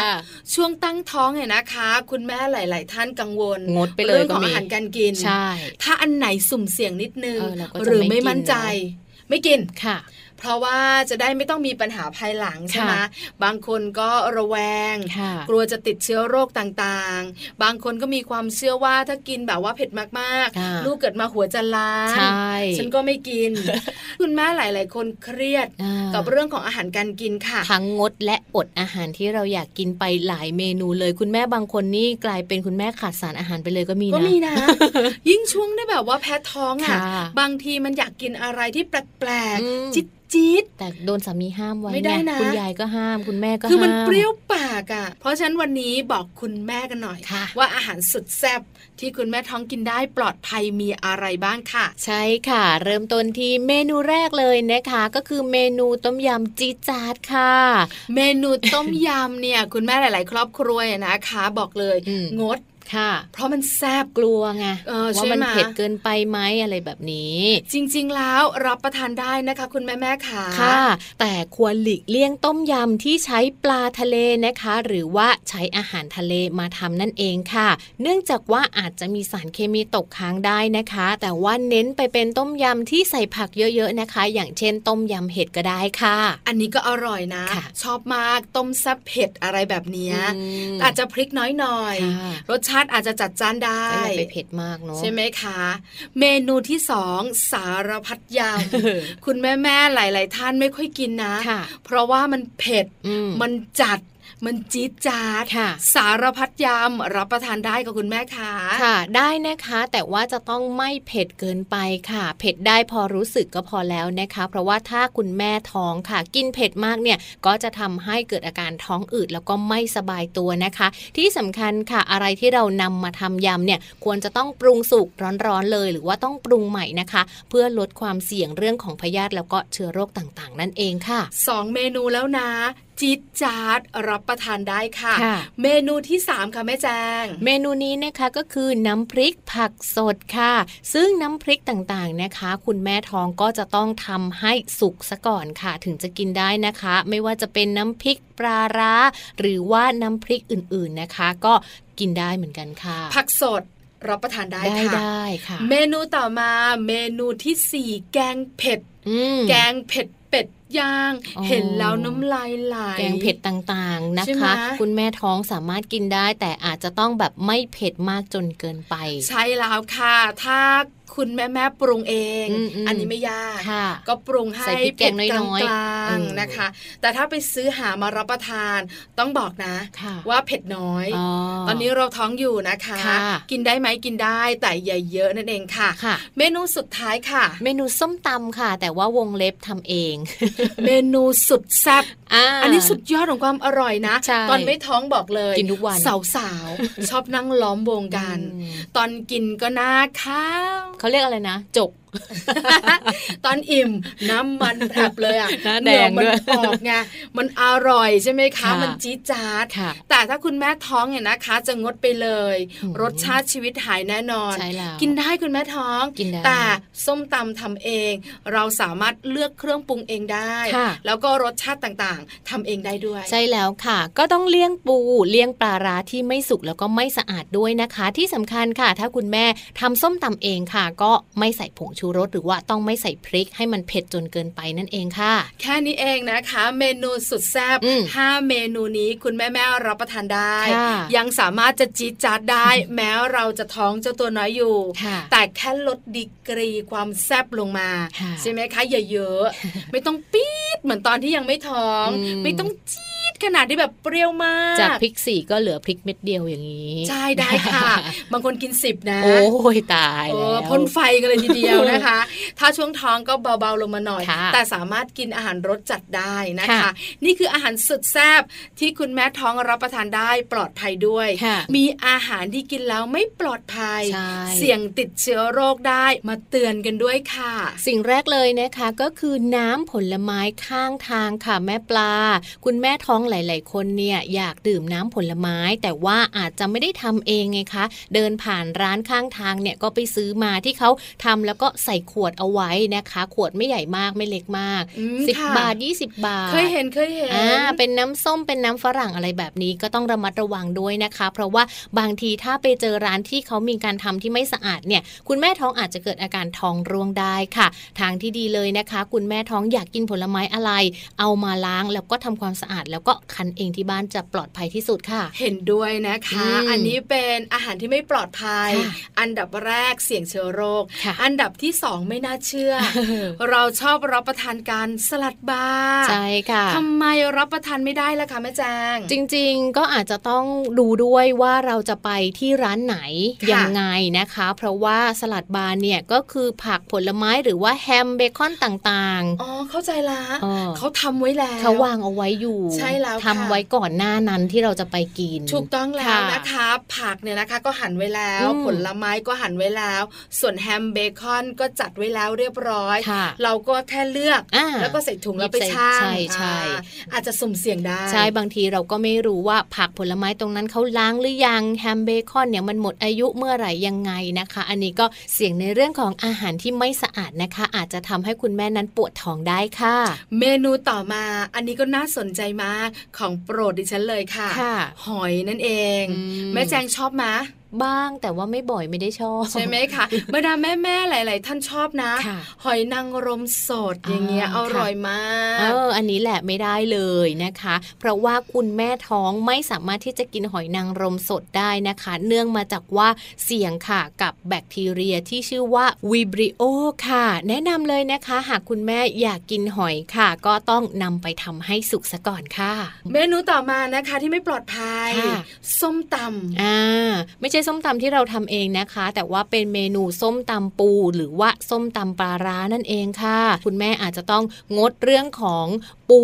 ช่วงตั้งท้องเนี่ยนะคะ คุณแม่หลาย ๆ ท่านกังวล งดไปเลย รื่อง ก็ ของ มี อาหารการกิน ใช่ ถ้าอันไหนสุ่มเสี่ยงนิดนึง เออเราก็จะ หรือไม่ ไม่กิน มั่นใจ เน ไม่กิน ค่ะ เพราะว่าจะได้ไม่ต้องมีปัญหาภายหลังใช่ไหม ค่ะ บางคนก็ระแวง ค่ะ กลัวจะติดเชื้อโรคต่างๆ บางคนก็มีความเชื่อว่าถ้ากินแบบว่าเผ็ดมาก อ่า ลูกเกิดมาหัวจะล้าน ใช่ ฉันก็ไม่ กิน คุณแม่หลาย ๆ คนเครียด อ่า กับเรื่องของอาหารการกินค่ะ ทั้งงดและอดอาหารที่เราอยากกินไปหลายเมนูเลยคุณแม่บางคนนี่กลายเป็นคุณแม่ขาดสารอาหารไปเลยก็มีนะ ก็มี นะ ยิ่งช่วงได้แบบว่าแพ้ท้องอ่ะ ค่ะ บางทีมันอยากกินอะไรที่แปลก อืม ๆ จิ๊ดจิ๊ด แต่โดนสามีห้ามไว้ ไม่ได้ ง นะ คุณยายก็ห้ามคุณแม่ก็ คือมัน ห้า เปรี้ยวปากอ่ะ เพราะฉะนั้นวันนี้บอกคุณแม่กันหน่อย ค่ะ ว่าอาหารสุดแซ่บที่คุณแม่ท้องกินได้ปลอดภัยมีอะไรบ้างค่ะ ใช่ค่ะ เริ่มต้นที่เมนูแรกเลยนะคะ ก็คือเมนูต้มยำจีดจาดค่ะ เมนูต้มยำเนี่ย คุณแม่หลาย ๆ ครอบครัวเนี่ยนะคะ บอกเลย อืม งด ค่ะ เพราะมันแซ่บ กลัวไง เออใช่ ว่ามัน ไหม เผ็ดเกินไปไหมอะไรแบบนี้ จริง ๆ แล้วรับประทานได้นะคะ คุณแม่แม่ๆค่ะ ค่ะ แต่ควรหลีกเลี่ยงต้มยำที่ใช้ปลาทะเลนะคะ หรือว่าใช้อาหารทะเลมาทำนั่นเองค่ะ เนื่องจากว่าอาจจะมีสารเคมีตกค้างได้นะคะ แต่ว่าเน้นไปเป็นต้มยำที่ใส่ผักเยอะๆนะคะ อย่างเช่น ต้มยำเห็ดก็ได้ค่ะ อันนี้ก็อร่อยนะ ค่ะ ชอบมากต้มแซ่บเผ็ดอะไรแบบเนี้ย อืม อาจจะพริกน้อยหน่อย ค่ะ รสชาติอาจจะจัดจ้านได้ ก็อย่าไปเผ็ดมากเนาะ ใช่ไหมคะ เมนูที่สองสารพัดย เออ ำคุณแม่แม่ๆหลาย ๆ ท่านไม่ค่อยกินนะ ค่ะ เพราะว่ามันเผ็ด อืม มันจัด มันจี๊ดจ๊าด ค่ะ สารพัดยำรับประทานได้กับคุณแม่ค่ะ ค่ะ ได้นะคะ แต่ว่าจะต้องไม่เผ็ดเกินไปค่ะ เผ็ดได้พอรู้สึกก็พอแล้วนะคะ เพราะว่าถ้าคุณแม่ท้องค่ะ กินเผ็ดมากเนี่ย ก็จะทำให้เกิดอาการท้องอืดแล้วก็ไม่สบายตัวนะคะ ที่สำคัญค่ะ อะไรที่เรานำมาทำยำเนี่ย ควรจะต้องปรุงสุกร้อนๆเลย หรือว่าต้องปรุงใหม่นะคะ เพื่อลดความเสี่ยงเรื่องของพยาธิแล้วก็เชื้อโรคต่างๆ นั่นเองค่ะ สองเมนูแล้วนะ จี๊ดจ๊าดรับประทานได้ค่ะ ค่ะ เมนูที่สามค่ะแม่แจง เมนูนี้นะคะก็คือน้ำพริกผักสดค่ะ ซึ่งน้ำพริกต่างๆนะคะ คุณแม่ท้องก็จะต้องทำให้สุกซะก่อนค่ะ ถึงจะกินได้นะคะ ไม่ว่าจะเป็นน้ำพริกปลาร้า หรือว่าน้ำพริกอื่นๆนะคะ ก็กินได้เหมือนกันค่ะ ผักสดรับประทานได้ ได้ ค่ะ ได้ค่ะ เมนูต่อมาเมนูที่สี่แกงเผ็ด อืม แกงเผ็ดเป็ดย่าง อ๋อ เห็นแล้วน้ำลายไหล แกงเผ็ดต่างๆนะ ใช่ไหม คะ คุณแม่ท้องสามารถกินได้ แต่อาจจะต้องแบบไม่เผ็ดมากจนเกินไป ใช่แล้วค่ะ ถ้าคุณแม่แม่ๆปรุงเอง อืมอืม นนี้ไม่ยาก ค่ะ ก็ปรุง ใส่ ให้ พริกแก เผ็ด ง ก น้อยๆ ลาง เออ ๆนะคะ แต่ถ้าไปซื้อหามารับประทานต้องบอกนะ ค่ะ ว่าเผ็ดน้อย อ๋อ ตอนนี้เราท้องอยู่นะคะ ค่ะ กินได้ไหมกินได้แต่อย่าเยอะนั่นเองค่ะ ค่ะ เมนูสุดท้ายค่ะ เมนูส้มตำค่ะ แต่ว่าวงเล็บทำเอง เมนูสุดแซ่บ า อันนี้สุดยอดของความอร่อยนะ ใช่ ตอนไม่ท้องบอกเลย กินทุกวัน สาวๆ ชอบนั่งล้อมวงกัน อืม ตอนกินก็หน้าข้าว เขาเรียกอะไรนะ จก ตอนอิ่มน้ำมันแผลบเลยอ่ะ หน้า เหงื่อ แดงด้วย มันออกไงมันอร่อยใช่ไหมคะ ค่ะ มันจี๊ดจ๊าด ค่ะ แต่ถ้าคุณแม่ท้องเนี่ยนะคะ จะงดไปเลย อืม รสชาติชีวิตหายแน่นอน ใช่แล้ว กินได้คุณแม่ท้อง กินได้ แต่ส้มตำทำเอง เราสามารถเลือกเครื่องปรุงเองได้ ค่ะ แล้วก็รสชาติต่างๆทำเองได้ด้วย ใช่แล้วค่ะ ก็ต้องเลี้ยงปูเลี้ยงปลาร้าที่ไม่สุกแล้วก็ไม่สะอาดด้วยนะคะ ที่สำคัญค่ะ ถ้าคุณแม่ทำส้มตำเองค่ะ ก็ไม่ใส่ผงชู ชูรสหรือว่าต้องไม่ใส่พริกให้มันเผ็ดจนเกินไปนั่นเองค่ะ แค่นี้เองนะคะ เมนูสุดแซ่บ อืม ห้าเมนูนี้คุณแม่แม่ๆรับประทานได้ ค่ะ ยังสามารถจะจี๊ดจ๊าดได้ แม้เราจะท้องเจ้าตัวน้อยอยู่ ค่ะ แต่แค่ลดดีกรีความแซ่บลงมา ค่ะ ใช่ไหมคะอย่าเยอะ ไม่ต้องปี๊ดเหมือนตอนที่ยังไม่ท้อง อืม ไม่ต้องจี๊ดขนาดที่แบบเปรี้ยวมาก จากพริกสี่ก็เหลือพริกเม็ดเดียวอย่างนี้ ใช่ได้ ค่ะ บางคนกินสิบนะ โอ้ยตาย เอ แล้ว อพ่นไฟกันเลยทีเดียวนะคะ ถ้าช่วงท้องก็เบาๆลงมาหน่อย ค่ะ แต่สามารถกินอาหารรสจัดได้นะคะ ค่ะ นี่คืออาหารสุดแซ่บที่คุณแม่ท้องรับประทานได้ปลอดภัยด้วย ค่ะ มีอาหารที่กินแล้วไม่ปลอดภัย ใช่ เสี่ยงติดเชื้อโรคได้มาเตือนกันด้วยค่ะ สิ่งแรกเลยนะคะก็คือน้ำผลไม้ข้างทางค่ะแม่ปลา คุณแม่ท้องหลาย ๆ คนเนี่ยอยากดื่มน้ำผลไม้ แต่ว่าอาจจะไม่ได้ทำเองไงคะ เดินผ่านร้านข้างทางเนี่ยก็ไปซื้อมาที่เขาทำแล้วก็ใส่ขวดเอาไว้นะคะ ขวดไม่ใหญ่มากไม่เล็กมาก อืม สิบ ค่ะ บาทยี่สิบบาท เคยเห็นเคยเห็น อ่าเป็นน้ำส้มเป็นน้ำฝรั่งอะไรแบบนี้ก็ต้องระมัดระวังด้วยนะคะ เพราะว่าบางทีถ้าไปเจอร้านที่เขามีการทำที่ไม่สะอาดเนี่ย คุณแม่ท้องอาจจะเกิดอาการท้องร่วงได้ค่ะ ทางที่ดีเลยนะคะ คุณแม่ท้องอยากกินผลไม้อะไร เอามาล้างแล้วก็ทำความสะอาด แล้วก็คั้นเองที่บ้านจะปลอดภัยที่สุดค่ะ เห็นด้วยนะคะ อืม อันนี้เป็นอาหารที่ไม่ปลอดภัย ค่ะ อันดับแรกเสี่ยงเชื้อโรค ค่ะ อันดับที่สองไม่น่าเชื่อ อ เราชอบรับประทานการสลัดบาร์ ใช่ค่ะ ทำไมรับประทานไม่ได้ล่ะคะแม่แจง จริงๆ ก็อาจจะต้องดูด้วยว่าเราจะไปที่ร้านไหน ค่ะ ยังไงนะคะ เพราะว่าสลัดบาร์เนี่ยก็คือผักผลไม้หรือว่าแฮมเบคอนต่าง อ๋อเข้าใจละ อ๋อ เขาทำไว้แล้ว ๆ เขาวางเอาไว้อยู่ ใช่แล้วค่ะ ทำไว้ก่อนหน้านั้นที่เราจะไปกิน ถูกต้องแล้วนะคะ ผักเนี่ยนะคะก็หั่นไว้แล้ว อืม ผลไม้ก็หั่นไว้แล้ว ส่วนแฮมเบคอนก็จัดไว้แล้วเรียบร้อย ค่ะ เราก็แค่เลือก อ่า แล้วก็ใส่ถุงแล้วไป หยิบใส่ ช่าง ใช่ใช่ อ่าอาจจะสุ่มเสี่ยงได้ ใช่บางทีเราก็ไม่รู้ว่าผักผลไม้ตรงนั้นเขาล้างหรือยังแฮมเบคอนเนี่ยมันหมดอายุเมื่อไหร่ยังไงนะคะ อันนี้ก็เสี่ยงในเรื่องของอาหารที่ไม่สะอาดนะคะ อาจจะทำให้คุณแม่นั้นปวดท้องได้ค่ะ เมนูต่อมาอันนี้ก็น่าสนใจมากของโปรดดิฉันเลยค่ะ ค่ะ หอยนั่นเอง อืม แม่แจงชอบมะ บ้างแต่ว่าไม่บ่อยไม่ได้ชอบ ใช่ไหม คะบรรดาแม่แม่ๆหลาย ๆ ท่านชอบนะ ค่ะ หอยนางรมสด อ่า อย่างเงี้ย ค่ะ อร่อยมา เอก ออันนี้แหละไม่ได้เลยนะคะ เพราะว่าคุณแม่ท้องไม่สามารถที่จะกินหอยนางรมสดได้นะคะ เนื่องมาจากว่าเสี่ยงค่ะกับแบคทีเรียที่ชื่อว่าวิบริโอค่ะ แนะนำเลยนะคะ หากคุณแม่อยากกินหอยค่ะ ก็ต้องนำไปทำให้สุกซะก่อนค่ะ เมนูต่อมานะคะที่ไม่ปลอดภัย ค่ะ ส้มตำ อ่าไม่ใช่ส้มตำที่เราทำเองนะคะ แต่ว่าเป็นเมนูส้มตำปู หรือว่าส้มตำปลาร้านั่นเองค่ะ คุณแม่อาจจะต้องงดเรื่องของปู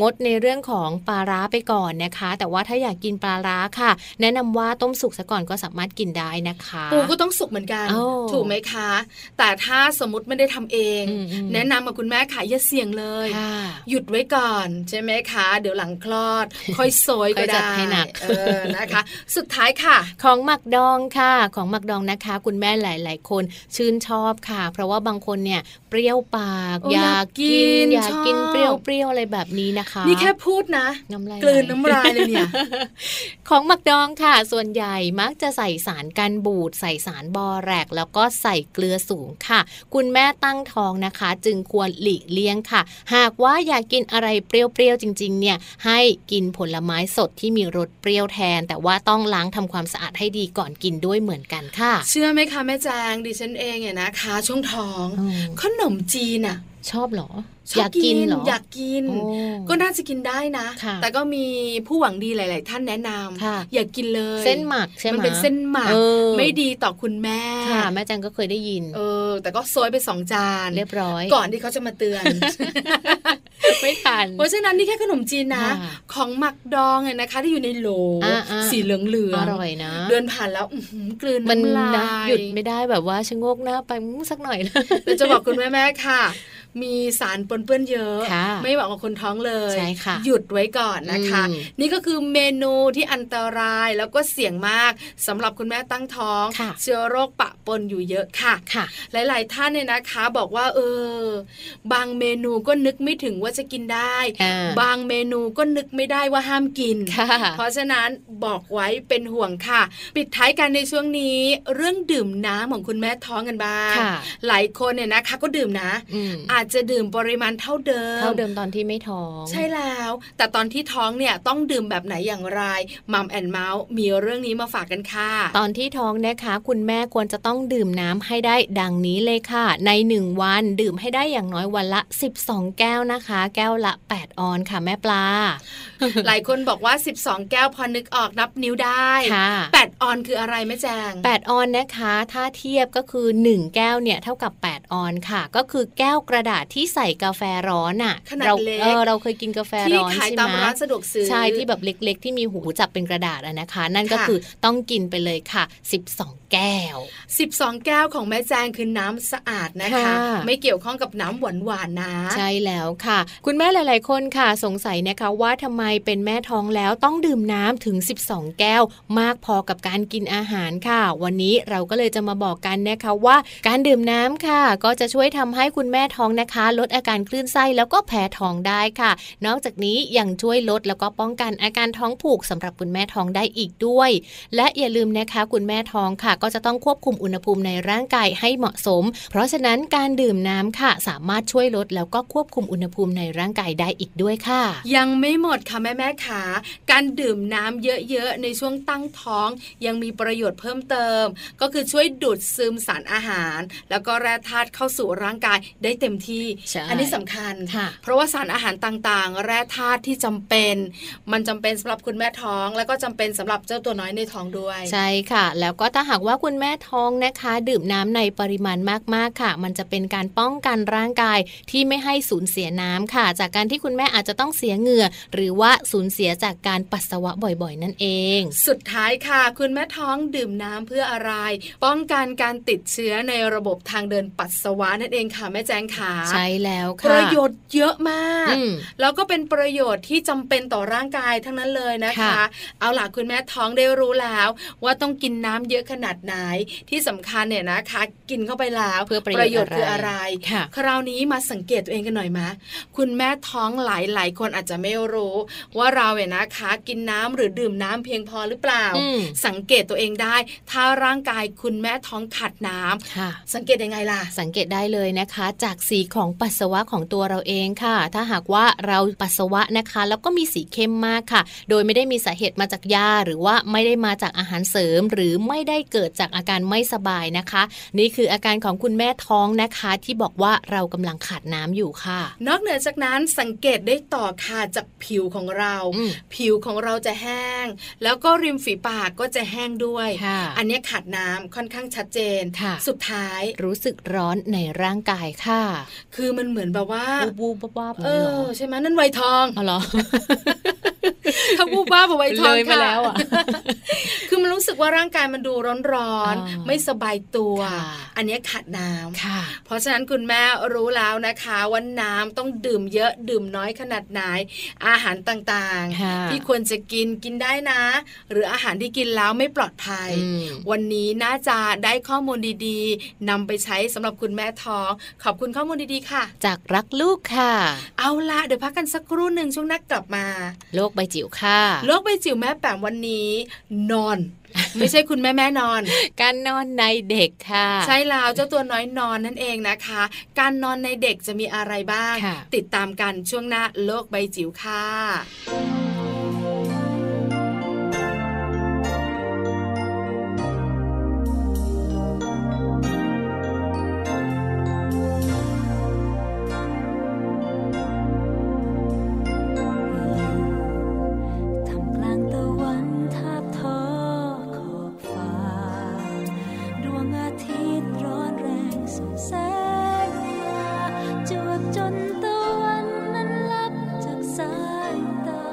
งดในเรื่องของปลาร้าไปก่อนนะคะ แต่ว่าถ้าอยากกินปลาร้าค่ะ แนะนำว่าต้มสุกซะก่อนก็สามารถกินได้นะคะ ปูก็ต้องสุกเหมือนกัน โอ้ ถูกไหมคะ แต่ถ้าสมมติไม่ได้ทำเอง อืมอืม แนะนำกับคุณแม่ค่ะอย่าเสี่ยงเลย ค่ะ หยุดไว้ก่อนใช่ไหมคะ เดี๋ยวหลังคลอด ค่อยโซย ค่ ก็ อยจัด ได้ ให้หนัก เออนะคะ สุดท้ายค่ะ ของหมักดองค่ะ ของหมักดองนะคะ คุณแม่หลาย ๆ คนชื่นชอบค่ะ เพราะว่าบางคนเนี่ยเปรี้ยวปาก โอ้ อยากกินออายยาก กกิ กิน น เป ช รี้ย อ ว บ เปรี้ยวๆอะไรแบบนี้นะคะ นี่แค่พูดนะ น้ำลาย กลืนน้ำลายเลยเนี่ย ของหมักดองค่ะ ส่วนใหญ่มักจะใส่สารกันบูด ใส่สารบอแรก แล้วก็ใส่เกลือสูงค่ะ คุณแม่ตั้งท้องนะคะ จึงควรหลีกเลี่ยงค่ะ หากว่าอยากกินอะไรเปรี้ยวๆจริง ๆ เนี่ย ให้กินผลไม้สดที่มีรสเปรี้ยวแทน แต่ว่าต้องล้างทำความสะอาดให้ดีก่อนกินด้วยเหมือนกันค่ะ เชื่อไหมคะแม่แจงดิฉันเองเนี่ยนะคะ ช่วงท้อง อืม ขนมจีนอ่ะ ชอบเหรอ ชอยอากกินเหรอ อ อ ยากกิน ก็น่าจะกินได้นะ ค่ะ แต่ก็มีผู้หวังดีหลาย ๆ ท่านแนะนำ ค่ะ อย่ากกินเลย เส้นหมักใช่ไหม มันเป็นเส้นหมัก ออ ไม่ดีต่อคุณแม่ ค่ะ แม่จังก็เคยได้ยิน เออ แต่ก็โซยไปสองจาน เรียบร้อย ก่อนที่เขาจะมาเตือน ไม่ทัน เพราะฉะนั้นนี่แค่ขนมจีนนะ ค่ะ ของหมักดองเนี่ยนะคะ ที่อยู่ในโหล อ่าๆ สีเหลืองเหลือ อง ร่อยนะ เดินผ่านแล้วอื้อหือกลืน มัน น้ำลา นะ ย หยุดไม่ได้แบบว่าชะโงกหน้าไปอื้อสักหน่อยนะ แต่จะบอกคุณแม่แม่ๆค่ะ มีสารปนเปื้อนเยอะ ค่ะ ไม่เหมาะกับคนท้องเลย ใช่ค่ะ หยุดไว้ก่อนนะคะ อืม นี่ก็คือเมนูที่อันตรายแล้วก็เสี่ยงมากสำหรับคุณแม่ตั้งท้อง ค่ะ เชื้อโรคปะปนอยู่เยอะค่ะ ค่ะ หลาย ๆ ท่านเนี่ยนะคะ บอกว่า เออ บางเมนูก็นึกไม่ถึงว่าจะกินได้ อ่า บางเมนูก็นึกไม่ได้ว่าห้ามกิน ค่ะ เพราะฉะนั้นบอกไว้เป็นห่วงค่ะ ปิดท้ายกันในช่วงนี้ เรื่องดื่มน้ำของคุณแม่ท้องกันบ้าง ค่ะ หลายคนเนี่ยนะคะก็ดื่มนะ อืม อาจจะดื่มปริมาณเท่าเดิม เท่าเดิมตอนที่ไม่ท้อง ใช่แล้ว แต่ตอนที่ท้องเนี่ยต้องดื่มแบบไหนอย่างไรมัมแอนเมาส์มีเรื่องนี้มาฝากกันค่ะ ตอนที่ท้องนะคะ คุณแม่ควรจะต้องดื่มน้ำให้ได้ดังนี้เลยค่ะ ใน 1 วันดื่มให้ได้อย่างน้อยวันละ 12 แก้วนะคะ แก้วละ 8 ออนค่ะแม่ปลา หลายคนบอกว่า 12 แก้วพอนึกออกนับนิ้วได้ ค่ะ 8ออนคืออะไรแม่แจง 8 ออนนะคะ ถ้าเทียบก็คือ 1 แก้วเนี่ยเท่ากับ 8 ออนค่ะ ก็คือแก้วกระดาษที่ใส่กาแฟร้อนอะ ขนาด เรา เล็ก เออเราเคยกินกาแฟ ที่ ร้อน ขาย ใช่ ตาม ไหม ร้านสะดวกซื้อ ใช่ที่แบบเล็กๆ ที่มีหูจับเป็นกระดาษอะนะคะ นั่นก็ ค่ะ คือ คือต้องกินไปเลยค่ะ 12 แก้ว 12 แก้วของแม่แจงคือน้ำสะอาดนะคะ ค่ะ ไม่เกี่ยวข้องกับน้ำหวานหวานๆนะ ใช่แล้วค่ะ คุณแม่หลายๆ คนค่ะ สงสัยนะคะว่าทำไมเป็นแม่ท้องแล้วต้องดื่มน้ำถึง 12 แก้ว มากพอกับการกินอาหารค่ะ วันนี้เราก็เลยจะมาบอกกันนะคะว่า การดื่มน้ำค่ะ ก็จะช่วยทำให้คุณแม่ท้องนะคะ ลดอาการคลื่นไส้แล้วก็แพ้ท้องได้ค่ะ นอกจากนี้ยังช่วยลดแล้วก็ป้องกันอาการท้องผูกสำหรับคุณแม่ท้องได้อีกด้วย และอย่าลืมนะคะ คุณแม่ท้องค่ะ ก็จะต้องควบคุมอุณหภูมิในร่างกายให้เหมาะสม เพราะฉะนั้นการดื่มน้ำค่ะ สามารถช่วยลดแล้วก็ควบคุมอุณหภูมิในร่างกายได้อีกด้วยค่ะ ยังไม่หมดค่ะแม่แม่ๆขาการดื่มน้ำเยอะๆ ในช่วงตั้งท้อง ยังมีประโยชน์เพิ่มเติม ก็คือช่วยดูดซึมสารอาหาร แล้วก็แร่ธาตุเข้าสู่ร่างกายได้เต็มที่ ใช่ อันี้สำคัญ ค่ะ เพราะว่าสารอาหารต่างๆ แร่ธาตุที่จำเป็น มันจำเป็นสำหรับคุณแม่ท้อง แล้วก็จำเป็นสำหรับเจ้าตัวน้อยในท้องด้วย ใช่ค่ะ แล้วก็ถ้าหากว่าคุณแม่ท้องนะคะ ดื่มน้ำในปริมาณมากๆค่ะ มันจะเป็นการป้องกันร่างกายที่ไม่ให้สูญเสียน้ำค่ะ จากการที่คุณแม่อาจจะต้องเสียเหงื่อ หรือว่าสูญเสียจากการปัสสาวะบ่อยๆ นั่นเอง สุดท้ายค่ะ คุณแม่ท้องดื่มน้ำเพื่ออะไร ป้องกันการติดเชื้อในระบบทางเดินปัสสาวะนั่นเองค่ะแม่แจงขา ใช่แล้ว ป ค่ะ ระโยชน์เยอะมาก อืม แล้วก็เป็นประโยชน์ที่จำเป็นต่อร่างกายทั้งนั้นเลยนะคะ ค่ะ เอาล่ะคุณแม่ท้องได้รู้แล้ว ว่าต้องกินน้ำเยอะขนาดไหน ที่สำคัญเนี่ยนะคะ กินเข้าไปแล้ว เพื่อประ ประ โย โย ช ช น์ น์คืออะไร ค่ะ คราวนี้มาสังเกตตัวเองกันหน่อยมะ คุณแม่ท้องหลายหลายๆคนอาจจะไม่รู้ ว่าเราเนี่ยนะคะ กินน้ำหรือดื่มน้ำเพียงพอหรือเปล่า อืม สังเกตตัวเองได้ ถ้าร่างกายคุณแม่ท้องขาดน้ำ ค่ะ สังเกตยังไงล่ะ สังเกตได้เลยนะคะ จากสีของปัสสาวะของตัวเราเองค่ะ ถ้าหากว่าเราปัสสาวะนะคะ แล้วก็มีสีเข้มมากค่ะ โดยไม่ได้มีสาเหตุมาจากยาหรือว่าไม่ได้มาจากอาหารเสริม หรือไม่ได้เกิดจากอาการไม่สบายนะคะ นี่คืออาการของคุณแม่ท้องนะคะ ที่บอกว่าเรากำลังขาดน้ำอยู่ค่ะ นอกเหนือจากนั้นสังเกตได้ต่อค่ะจากผิวของเรา อืม ผิวของเราจะแห้ง แล้วก็ริมฝีปากก็จะแห้งด้วย ค่ะ อันเนี้ยขาดน้ำค่อนข้างชัดเจน ค่ะ สุดท้าย รู้สึกร้อนในร่างกายค่ะ คือมันเหมือนแบบว่า บูบๆบ้าๆ เอ เออ อใช่ไหมนั่นไวยทอง เอาเหรอ ถ้าพูดบ้าบอกไวทอง เลยมา ค่ะ แล้วอะ คือมันรู้สึกว่าร่างกายมันดูร้อน อ่า ๆ ไม่สบายตัว ค่ะ อันเนี้ยขาดน้ำ ค่ะ เพราะฉะนั้นคุณแม่รู้แล้วนะคะว่าน้ำต้องดื่มเยอะดื่มน้อยขนาดไหน อาหารต่าง ค่ะ ๆ ที่ควรจะกินกินได้นะ หรืออาหารที่กินแล้วไม่ปลอดภัย อืม วันนี้น่าจะได้ข้อมูลดีๆนำไปใช้สำหรับคุณแม่ท้อง ขอบคุณข้อมูลดีๆค่ะ จากรักลูกค่ะ เอาละเดี๋ยวพักกันสักครู่หนึ่งช่วงหนักกลับมา โลกใบจิ๋วค่ะ โลกใบจิ๋วแม่แปมวันนี้ นอน ไม่ใช่คุณแม่แม่นอน การนอนในเด็กค่ะ ใช่แล้วเจ้าตัวน้อยนอนนั่นเองนะคะ การนอนในเด็กจะมีอะไรบ้าง ค่ะ ติดตามกันช่วงหน้าโลกใบจิ๋วค่ะ ทำกลางตะวันทาบทอขอบฟ้า ดวงอาทิตย์ร้อนแรงส่องแสงมาจวบจนตะวันนั้นลับจากสายตา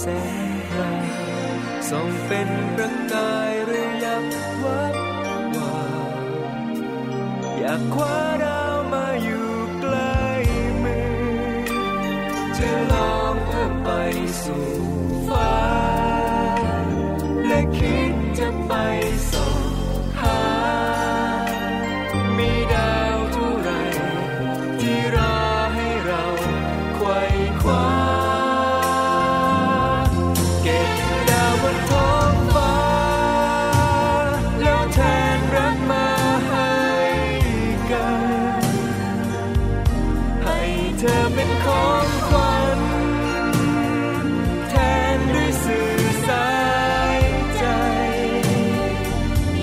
แสงไกลส่องเป็นประกายระยับวับวาวอยากคว้าดาวมาอยู่ใกล้มือจะลองเพื่อไปสู่ฟ้า และคิดจะไปส่องหา มีดาวเท่าไหรที่รอให้เราไขว่คว้า เก็บดาวบนท้องฟ้า แล้วแทนรักมาให้กัน ให้เธอเป็นของขวัญแทนด้วยสื่อสายใจ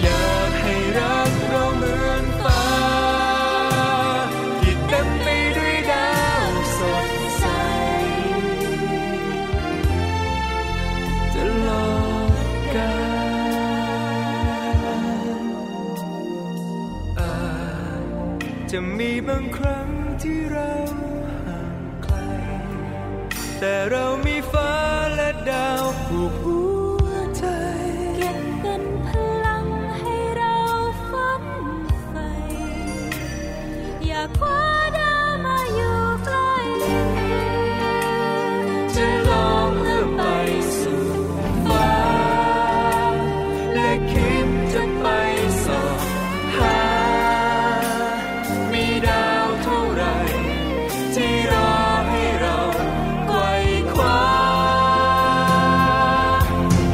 อยากให้รักเราเหมือนฟ้าที่เต็มไปด้วยดาวสดใส จะหลอกกันอาจจะมีบางครั้งที่เราห่างไกล แต่เรามีฟ้าและดาวผูกหัวใจ เก็บเป็นพลังให้เราฝันใฝ่อย่าคว้าดาวมาอยู่ใกล้ลิ้น จะลองเพื่อไปสู่ฟ้า และคิดจะไปสอบหา มีดาวเท่าไหรที่รอให้เราไขว่คว้า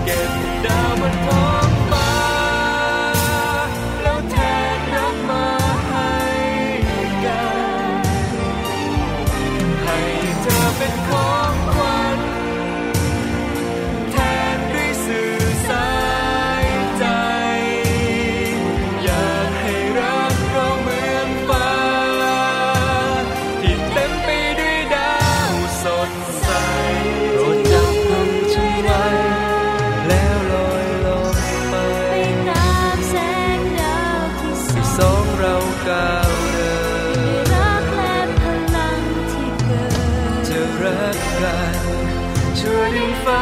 เก็บดาวบนท้องฟ้า แล้วแทนรักมาให้กัน ให้เธอเป็นของขวัญแทนด้วยสื่อสายใจ อยากให้รักเราเหมือนฟ้า ที่เต็มไปด้วยดาวสดใสโปรดจำคำฉันไว้ แล้วลอยลอยไป ไปตามแสงดาวที่ ที่ส ส่อ อง งเราก้าวเดิน ให้รักและพลังที่เกิด จะรักกันช่วยดินฟ้า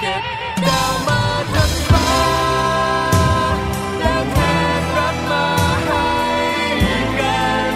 เก็บดาวมาทั้งฟ้า แล้วแทนรักมาให้กัน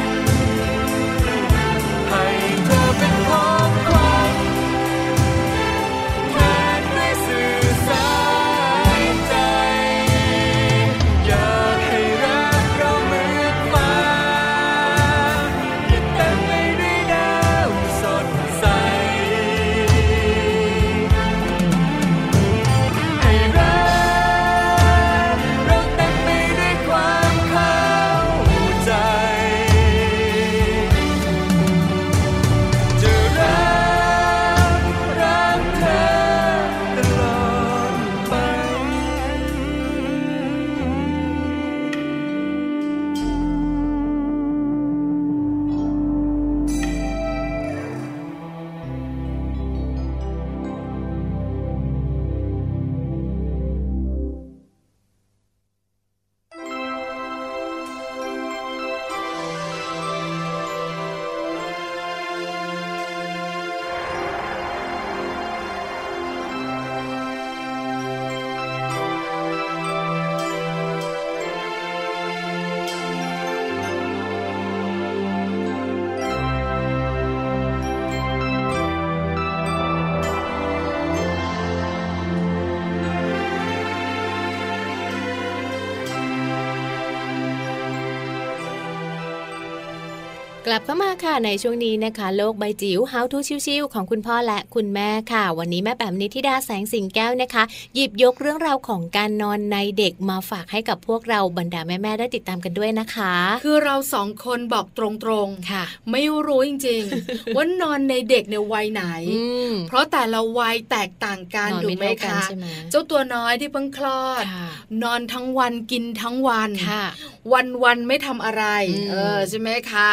กลับเข้ามาค่ะในช่วงนี้นะคะ โลกใบจิ๋ว How to ชิวๆของคุณพ่อและคุณแม่ค่ะ วันนี้แม่แปมนิธิดาแสงสิงแก้วนะคะ หยิบยกเรื่องราวของการนอนในเด็กมาฝากให้กับพวกเราบรรดาแม่ๆได้ติดตามกันด้วยนะคะ คือเราสองคนบอกตรง ค่ะ ๆ ไม่รู้จริง ๆ ว่านอนในเด็กในยวัยไหน อืม เพราะแต่ละวัยแตกต่างกัน นอน ถู ไม่ กไหม เท่ากัน คะ ใช่ไหม เจ้าตัวน้อยที่เพิ่งคลอด ค่ะ นอนทั้งวันกินทั้งวัน ค่ะ วันวันๆไม่ทำอะไร อืม เออใช่ไหมคะ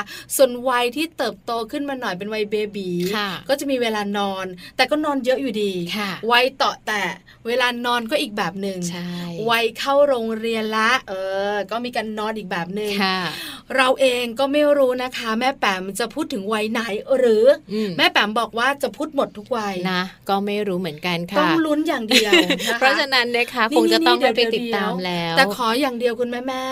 ส่วนวัยที่เติบโตขึ้นมาหน่อยเป็นวัยเบบี ค่ะ ก็จะมีเวลานอน แต่ก็นอนเยอะอยู่ดี ค่ะ วัยต่อแต่เวลานอนก็อีกแบบหนึ่ง ใช่ วัยเข้าโรงเรียนละ เออ ก็มีการนอนอีกแบบหนึ่ง ค่ะ เราเองก็ไม่รู้นะคะ แม่แปมจะพูดถึงวัยไหนหรือ อื อแม่แปมบอกว่าจะพูดหมดทุกวัย นะ ก็ไม่รู้เหมือนกันค่ะ ต้องลุ้นอย่างเดียวค เพราะฉะนั้นนะคะ นี่ คงจะต้อง นี่ ให้ เดี๋ ไป ยว ติดตามแล้ว แต่ขออย่างเดียวคุณแม่แม่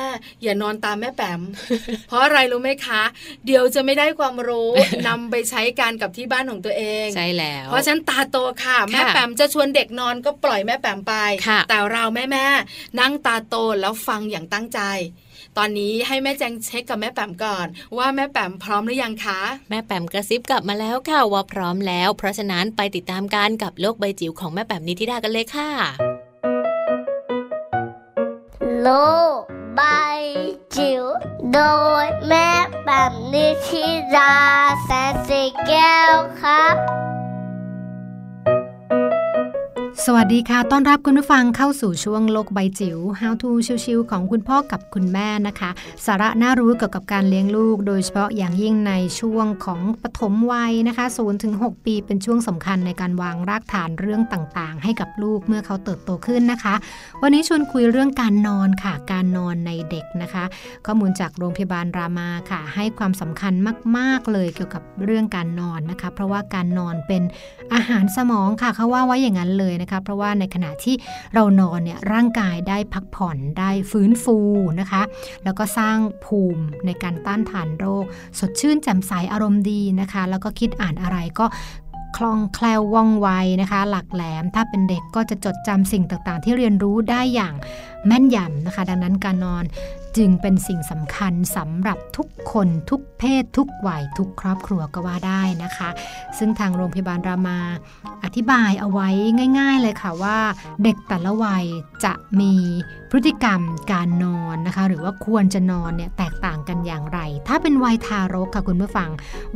อย่านอนตามแม่แปม เพราะอะไรรู้ไหมคะ เดี๋ยวจะไม่ได้ความรู้ นำไปใช้การกับที่บ้านของตัวเอง ใช่แล้ว เพราะฉะนันตาโตค่ะ แม่แปมจะชวนเด็กนอนก็ปล่อยแม่แปมไป ค่ะ แต่เราแม่แม่นั่งตาโตแล้วฟังอย่างตั้งใจ ตอนนี้ให้แม่แจงเช็คกับแม่แปมก่อน ว่าแม่แปมพร้อมหรือยังคะ แม่แปมกระซิบกลับมาแล้วค่ะว่าพร้อมแล้ว เพราะฉะนั้นไปติดตามการกับโลกใบจิ๋วของแม่แปมนิธิดากันเลยค่ะ โลกใบจิ๋วโดยแม่แบบนิชิราแสนสีแก้วครับ สวัสดีค่ะ ต้อนรับคุณผู้ฟังเข้าสู่ช่วงโลกใบจิ๋ว How to ชิวๆของคุณพ่อกับคุณแม่นะคะ สาระน่ารู้เกี่ยวกับการเลี้ยงลูก โดยเฉพาะอย่างยิ่งในช่วงของปฐมวัยนะคะ0ถึง6ปีเป็นช่วงสำคัญในการวางรากฐานเรื่องต่างๆ ให้กับลูกเมื่อเขาเติบโตขึ้นนะคะ วันนี้ชวนคุยเรื่องการนอนค่ะ การนอนในเด็กนะคะ ข้อมูลจากโรงพยาบาลรามาค่ะ ให้ความสำคัญมากๆเลยเกี่ยวกับเรื่องการนอนนะคะ เพราะว่าการนอนเป็น อาหารสมองค่ะเขาว่าไว้อย่างนั้นเลยนะคะ เพราะว่าในขณะที่เรานอนเนี่ยร่างกายได้พักผ่อนได้ฟื้นฟูนะคะ แล้วก็สร้างภูมิในการต้านทานโรค สดชื่นแจ่มใสอารมณ์ดีนะคะ แล้วก็คิดอ่านอะไรก็คล่องแคล่วว่องไวนะคะ หลักแหลมถ้าเป็นเด็กก็จะจดจำสิ่งต่างๆ ที่เรียนรู้ได้อย่างแม่นยำนะคะ ดังนั้นการนอนจึงเป็นสิ่งสำคัญสำหรับทุกคนทุกเพศ ทุกวัยทุกครอบครัวก็ว่าได้นะคะ ซึ่งทางโรงพยาบาลรามาอธิบายเอาไว้ง่าย ๆ เลยค่ะว่า เด็กแต่ละวัยจะมีพฤติกรรมการนอนนะคะ หรือว่าควรจะนอนเนี่ยแตกต่างกันอย่างไร ถ้าเป็นวัยทารกค่ะคุณผู้ฟัง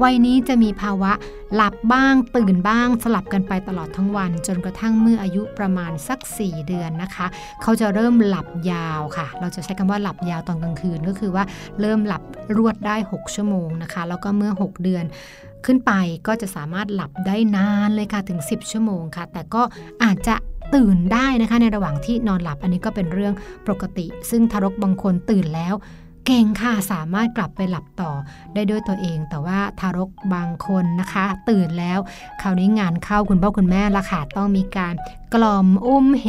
วัยนี้จะมีภาวะหลับบ้างตื่นบ้างสลับกันไปตลอดทั้งวัน จนกระทั่งเมื่ออายุประมาณสัก 4 เดือนนะคะ เขาจะเริ่มหลับยาวค่ะ เราจะใช้คำว่าหลับยาวตอนกลางคืนก็คือว่าเริ่มหลับรวดได้ 6 ชั่วโมงนะคะ แล้วก็เมื่อ 6 เดือน ขึ้นไปก็จะสามารถหลับได้นานเลยค่ะถึง 10 ชั่วโมงค่ะ แต่ก็อาจจะตื่นได้นะคะในระหว่างที่นอนหลับอันนี้ก็เป็นเรื่องปกติ ซึ่งทารกบางคนตื่นแล้ว เก่งค่ะสามารถกลับไปหลับต่อได้ด้วยตัวเอง แต่ว่าทารกบางคนนะคะ ตื่นแล้ว คราวนี้งานเข้าคุณพ่อคุณแม่ละค่ะต้องมีการกล่อมอุ้มเฮ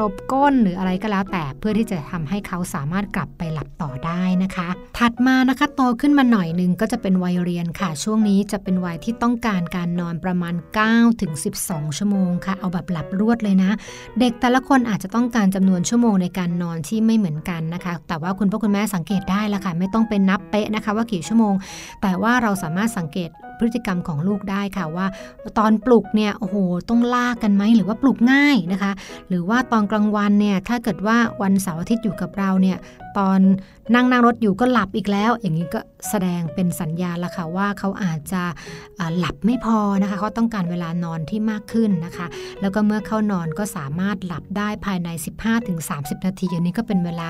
ตบก้นหรืออะไรก็แล้วแต่เพื่อที่จะทำให้เขาสามารถกลับไปหลับต่อได้นะคะ ถัดมานะคะโตขึ้นมาหน่อยหนึ่งก็จะเป็นวัยเรียนค่ะ ช่วงนี้จะเป็นวัยที่ต้องการการนอนประมาณ 9-12ถึง12 ชั่วโมงค่ะ เอาแบบหลับรวดเลยนะ เด็กแต่ละคนอาจจะต้องการจำนวนชั่วโมงในการนอนที่ไม่เหมือนกันนะคะ แต่ว่าคุณพ่อคุณแม่สังเกตได้ละค่ะ ไม่ต้องเป็นนับเป๊ะนะคะ ว่ากี่ชั่วโมง แต่ว่าเราสามารถสังเกตพฤติกรรมของลูกได้ค่ะว่า ตอนปลุกเนี่ยโอ้โหต้องลากกันไหมหรือว่าปลุกง่ายนะคะ หรือว่าตอนกลางวันเนี่ยถ้าเกิดว่าวันเสาร์อาทิตย์อยู่กับเราเนี่ยตอนนั่งนั่งรถอยู่ก็หลับอีกแล้ว อย่างนี้ก็แสดงเป็นสัญญาณละค่ะว่าเขาอาจจะเอ่อหลับไม่พอนะคะเขาต้องการเวลานอนที่มากขึ้นนะคะ แล้วก็เมื่อเข้านอนก็สามารถหลับได้ภายใน 15-30 นาทีอย่างนี้ก็เป็นเวลา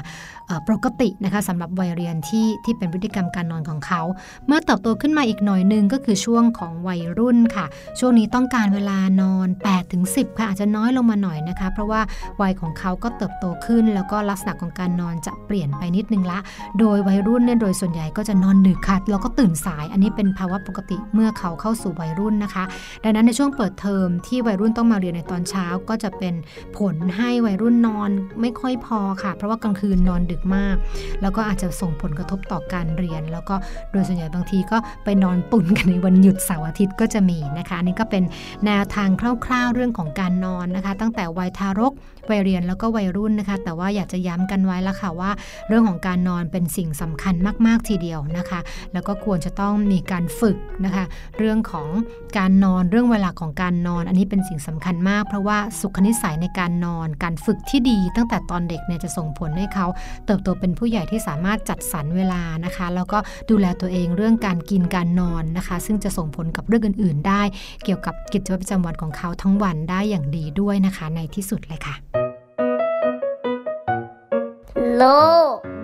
เอ่อปกตินะคะสำหรับวัยเรียนที่ที่เป็นพฤติกรรมการนอนของเขา เมื่อเติบโตขึ้นมาอีกหน่อยหนึงก็คือช่วงของวัยรุ่นค่ะ ช่วงนี้ต้องการเวลานอน 8-10 ค่ะอาจจะน้อยลงมาหน่อยนะคะ เพราะว่าวัยของเขาก็เติบโตขึ้น แล้วก็ลักษณะของการนอนจะเปลี่ยนไปนิดนึงละ โดยวัยรุ่นเนี่ยโดยส่วนใหญ่ก็จะนอนดึกค่ะแล้วก็ตื่นสาย อันนี้เป็นภาวะปกติเมื่อเขาเข้าสู่วัยรุ่นนะคะ ดังนั้นในช่วงเปิดเทอมที่วัยรุ่นต้องมาเรียนในตอนเช้าก็จะเป็นผลให้วัยรุ่นนอนไม่ค่อยพอค่ะ เพราะว่ากลางคืนนอนดึกมาก แล้วก็อาจจะส่งผลกระทบต่อการเรียน แล้วก็โดยส่วนใหญ่บางทีก็ไปนอนตุนกันในวันหยุดเสาร์อาทิตย์ก็จะมีนะคะอันนี่ก็เป็นแนวทางคร่าวๆเรื่องของการนอนนะคะ ตั้งแต่วัยทารก วัยเรียนแล้วก็วัยรุ่นนะคะ แต่ว่าอยากจะย้ำกันไว้ละค่ะว่า เรื่องของการนอนเป็นสิ่งสำคัญมาก ๆ ทีเดียวนะคะ แล้วก็ควรจะต้องมีการฝึกนะคะ เรื่องของการนอนเรื่องเวลาของการนอน อันนี้เป็นสิ่งสำคัญมาก เพราะว่าสุขนิสัยในการนอน การฝึกที่ดี ตั้งแต่ตอนเด็กเนี่ยจะส่งผลให้เขา เติบโตเป็นผู้ใหญ่ที่สามารถจัดสรรเวลานะคะ แล้วก็ดูแลตัวเองเรื่องการกินการนอนนะคะ ซึ่งจะส่งผลกับเรื่องอื่น ๆ ได้ เกี่ยวกับกิจวัตรประจำวันของเขาทั้งวันได้อย่างดีด้วยนะคะ ในที่สุดเลยค่ะ โลก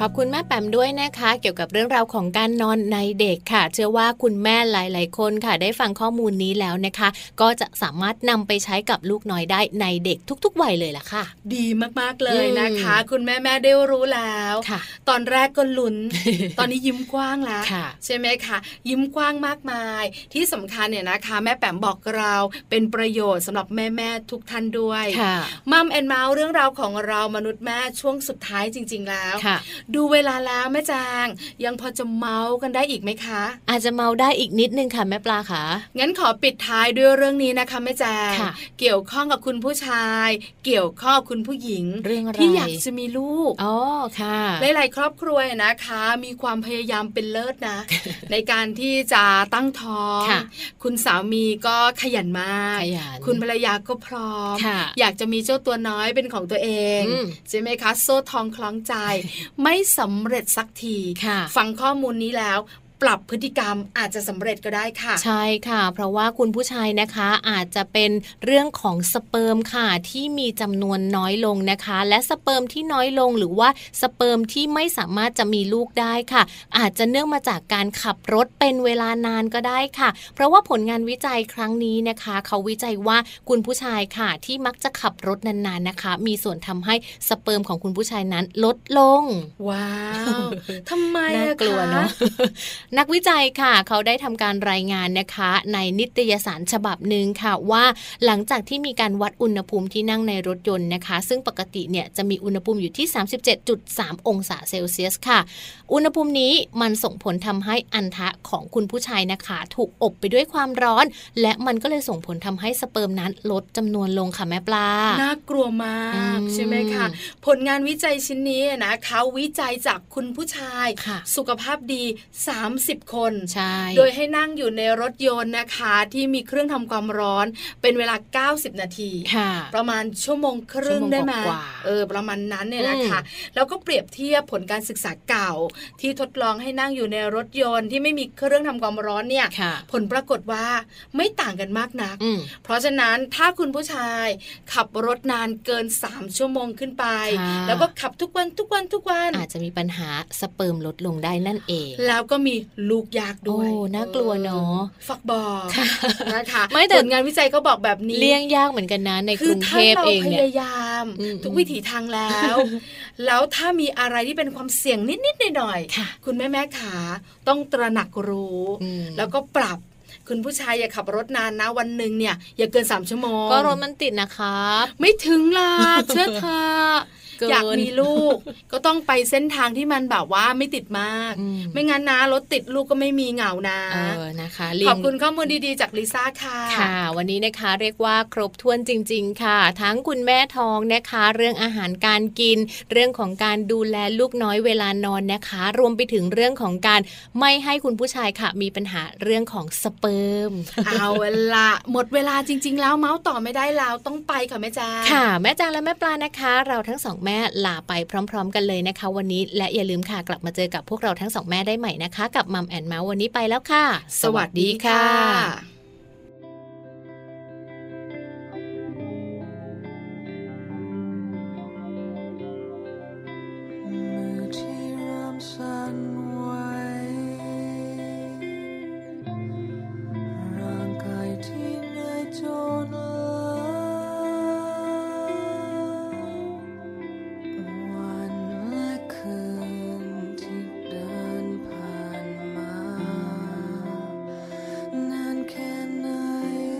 ขอบคุณแม่แปมด้วยนะคะ เกี่ยวกับเรื่องราวของการนอนในเด็กค่ะ เชื่อว่าคุณแม่หลาย ๆ คนค่ะ ได้ฟังข้อมูลนี้แล้วนะคะ ก็จะสามารถนำไปใช้กับลูกน้อยได้ในเด็กทุก ๆ วัยเลยล่ะค่ะ ดีมากๆเลยนะคะ อืม คุณแม่แม่ได้รู้แล้ว ค่ะ ตอนแรกก็ลุ้ น ตอนนี้ยิ้มกว้างแล้ว ค่ะ ใช่ไหมคะ ยิ้มกว้างมากมาย ที่สำคัญเนี่ยนะคะ แม่แปมบอกเราเป็นประโยชน์สำหรับแม่ๆทุกท่านด้วย ค่ะ มัมแอนเมาส์เรื่องราวของเรามนุษย์แม่ช่วงสุดท้ายจริง ๆ แล้ว ค่ะ ดูเวลาแล้วแม่จาง ยังพอจะเมาส์กันได้อีกไหมคะ อาจจะเมาได้อีกนิดนึงค่ะแม่ปลาค่ะ งั้นขอปิดท้ายด้วยเรื่องนี้นะคะแม่แจง ค่ะ เกี่ยวข้องกับคุณผู้ชาย เกี่ยวข้องกับคุณผู้หญิง เรื่องอะไร ที่อยากจะมีลูก อ๋อค่ะ หลาย ๆ ครอบครัวนะคะ มีความพยายามเป็นเลิศ นะ ในการที่จะตั้งท้อง ค่ะ คุณสามีก็ขยันมาก ขยัน คุณภรรยาก็พร้อม ค่ะ อยากจะมีเจ้าตัวน้อยเป็นของตัวเอง อืม ใช่ไหมคะโซ่ทองคล้องใจ ไม่สำเร็จสักที ค่ะ ฟังข้อมูลนี้แล้ว ปรับพฤติกรรมอาจจะสำเร็จก็ได้ค่ะ ใช่ค่ะ เพราะว่าคุณผู้ชายนะคะอาจจะเป็นเรื่องของสเปิร์มค่ะที่มีจำนวนน้อยลงนะคะ และสเปิร์มที่น้อยลงหรือว่าสเปิร์มที่ไม่สามารถจะมีลูกได้ค่ะ อาจจะเนื่องมาจากการขับรถเป็นเวลานานก็ได้ค่ะ เพราะว่าผลงานวิจัยครั้งนี้นะคะ เขาวิจัยว่าคุณผู้ชายค่ะ ที่มักจะขับรถนานๆนะคะ มีส่วนทำให้สเปิร์มของคุณผู้ชายนั้นลดลง ว้าวทำไม น่า อะ กลัว ค เนาะ นักวิจัยค่ะ เขาได้ทำการรายงานนะคะ ในนิตยสารฉบับหนึ่งค่ะว่า หลังจากที่มีการวัดอุณหภูมิที่นั่งในรถยนต์นะคะ ซึ่งปกติเนี่ยจะมีอุณหภูมิอยู่ที่ 37.3 องศาเซลเซียสค่ะ อุณหภูมินี้มันส่งผลทำให้อันทะของคุณผู้ชายนะคะ ถูกอบไปด้วยความร้อน และมันก็เลยส่งผลทำให้สเปิร์มนั้นลดจำนวนลงค่ะแม่ปลา น่ากลัวมาก อืม ใช่ไหมคะผลงานวิจัยชิ้นนี้นะคะวิจัยจากคุณผู้ชาย ค่ะ สุขภาพดี 30 คน ใช่ โดยให้นั่งอยู่ในรถยนต์นะคะ ที่มีเครื่องทำความร้อนเป็นเวลา 90 นาที ค่ะ ประมาณชั่วโมงครึ่ชั่วงโมง ได้ไหม กว่าๆ เออประมาณนั้นเนี่ยนะคะแล้วก็เปรียบเทียบผลการศึกษาเก่า ที่ทดลองให้นั่งอยู่ในรถยนต์ที่ไม่มีเครื่องทำความร้อนเนี่ย ค่ะ ผลปรากฏว่าไม่ต่างกันมากนัก อืม เพราะฉะนั้นถ้าคุณผู้ชายขับรถนานเกิน 3 ชั่วโมงขึ้นไป ค่ะ แล้วก็ขับทุกวันทุกวันทุกวัน อาจจะมีปัญหาสเปิร์มลดลงได้นั่นเอง แล้วก็มีลูกยากด้วย โอ้น่ากลัวเนอะ ออฝักบอก ค่ะ นะคะ ไม่แต่ ผลงานวิจัยก็บอกแบบนี้ เลี่ยงยากเหมือนกันนะในก คือ รุงเทพถ้าเรา เอง พ เนี่ย ยายาม อืม ทุกวิถีทางแล้ว แล้วถ้ามีอะไรที่เป็นความเสี่ยงนิดๆหน่อย ค่ะ ๆคุณแม่แม่ๆขาต้องตระหนักรู้ อืม แล้วก็ปรับคุณผู้ชายอย่าขับรถนานนะวันหนึ่งเนี่ยอย่าเกิน3ชั่วโมง ก็รถมันติดนะครับ ไม่ถึงหรอกเชื่อเธอ เกิน อยากมีลูก ก็ต้องไปเส้นทางที่มันแบบว่าไม่ติดมาก อืม ไม่งั้นนะรถติดลูกก็ไม่มีเหงานะ เออนะคะลิง ขอบคุณข้อมูลดีๆจากลิซ่าค่ะ ค่ะ วันนี้นะคะเรียกว่าครบถ้วนจริง ๆ ค่ะ ทั้งคุณแม่ท้องนะคะ เรื่องอาหารการกิน เรื่องของการดูแลลูกน้อยเวลานอนนะคะ รวมไปถึงเรื่องของการไม่ให้คุณผู้ชายค่ะ มีปัญหาเรื่องของสเปิร์ม เอาละหมดเวลาจริง ๆ แล้วเมาส์ต่อไม่ได้แล้วต้องไปค่ะแม่แจ้า ค่ะ แม่จางและแม่ปลานะคะ เราทั้งสองแม่ลาไปพร้อม ๆ กันเลยนะคะ วันนี้และอย่าลืมค่ะ กลับมาเจอกับพวกเราทั้งสองแม่ได้ใหม่นะคะ กับมัมแอนเมาส์วันนี้ไปแล้วค่ะ สวัสดีค่ะ มือที่เริ่มสั่นไหวร่างกายที่เหนื่อยจนล้าวันและคืนที่เดินผ่านมา นานแค่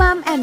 มัมแอน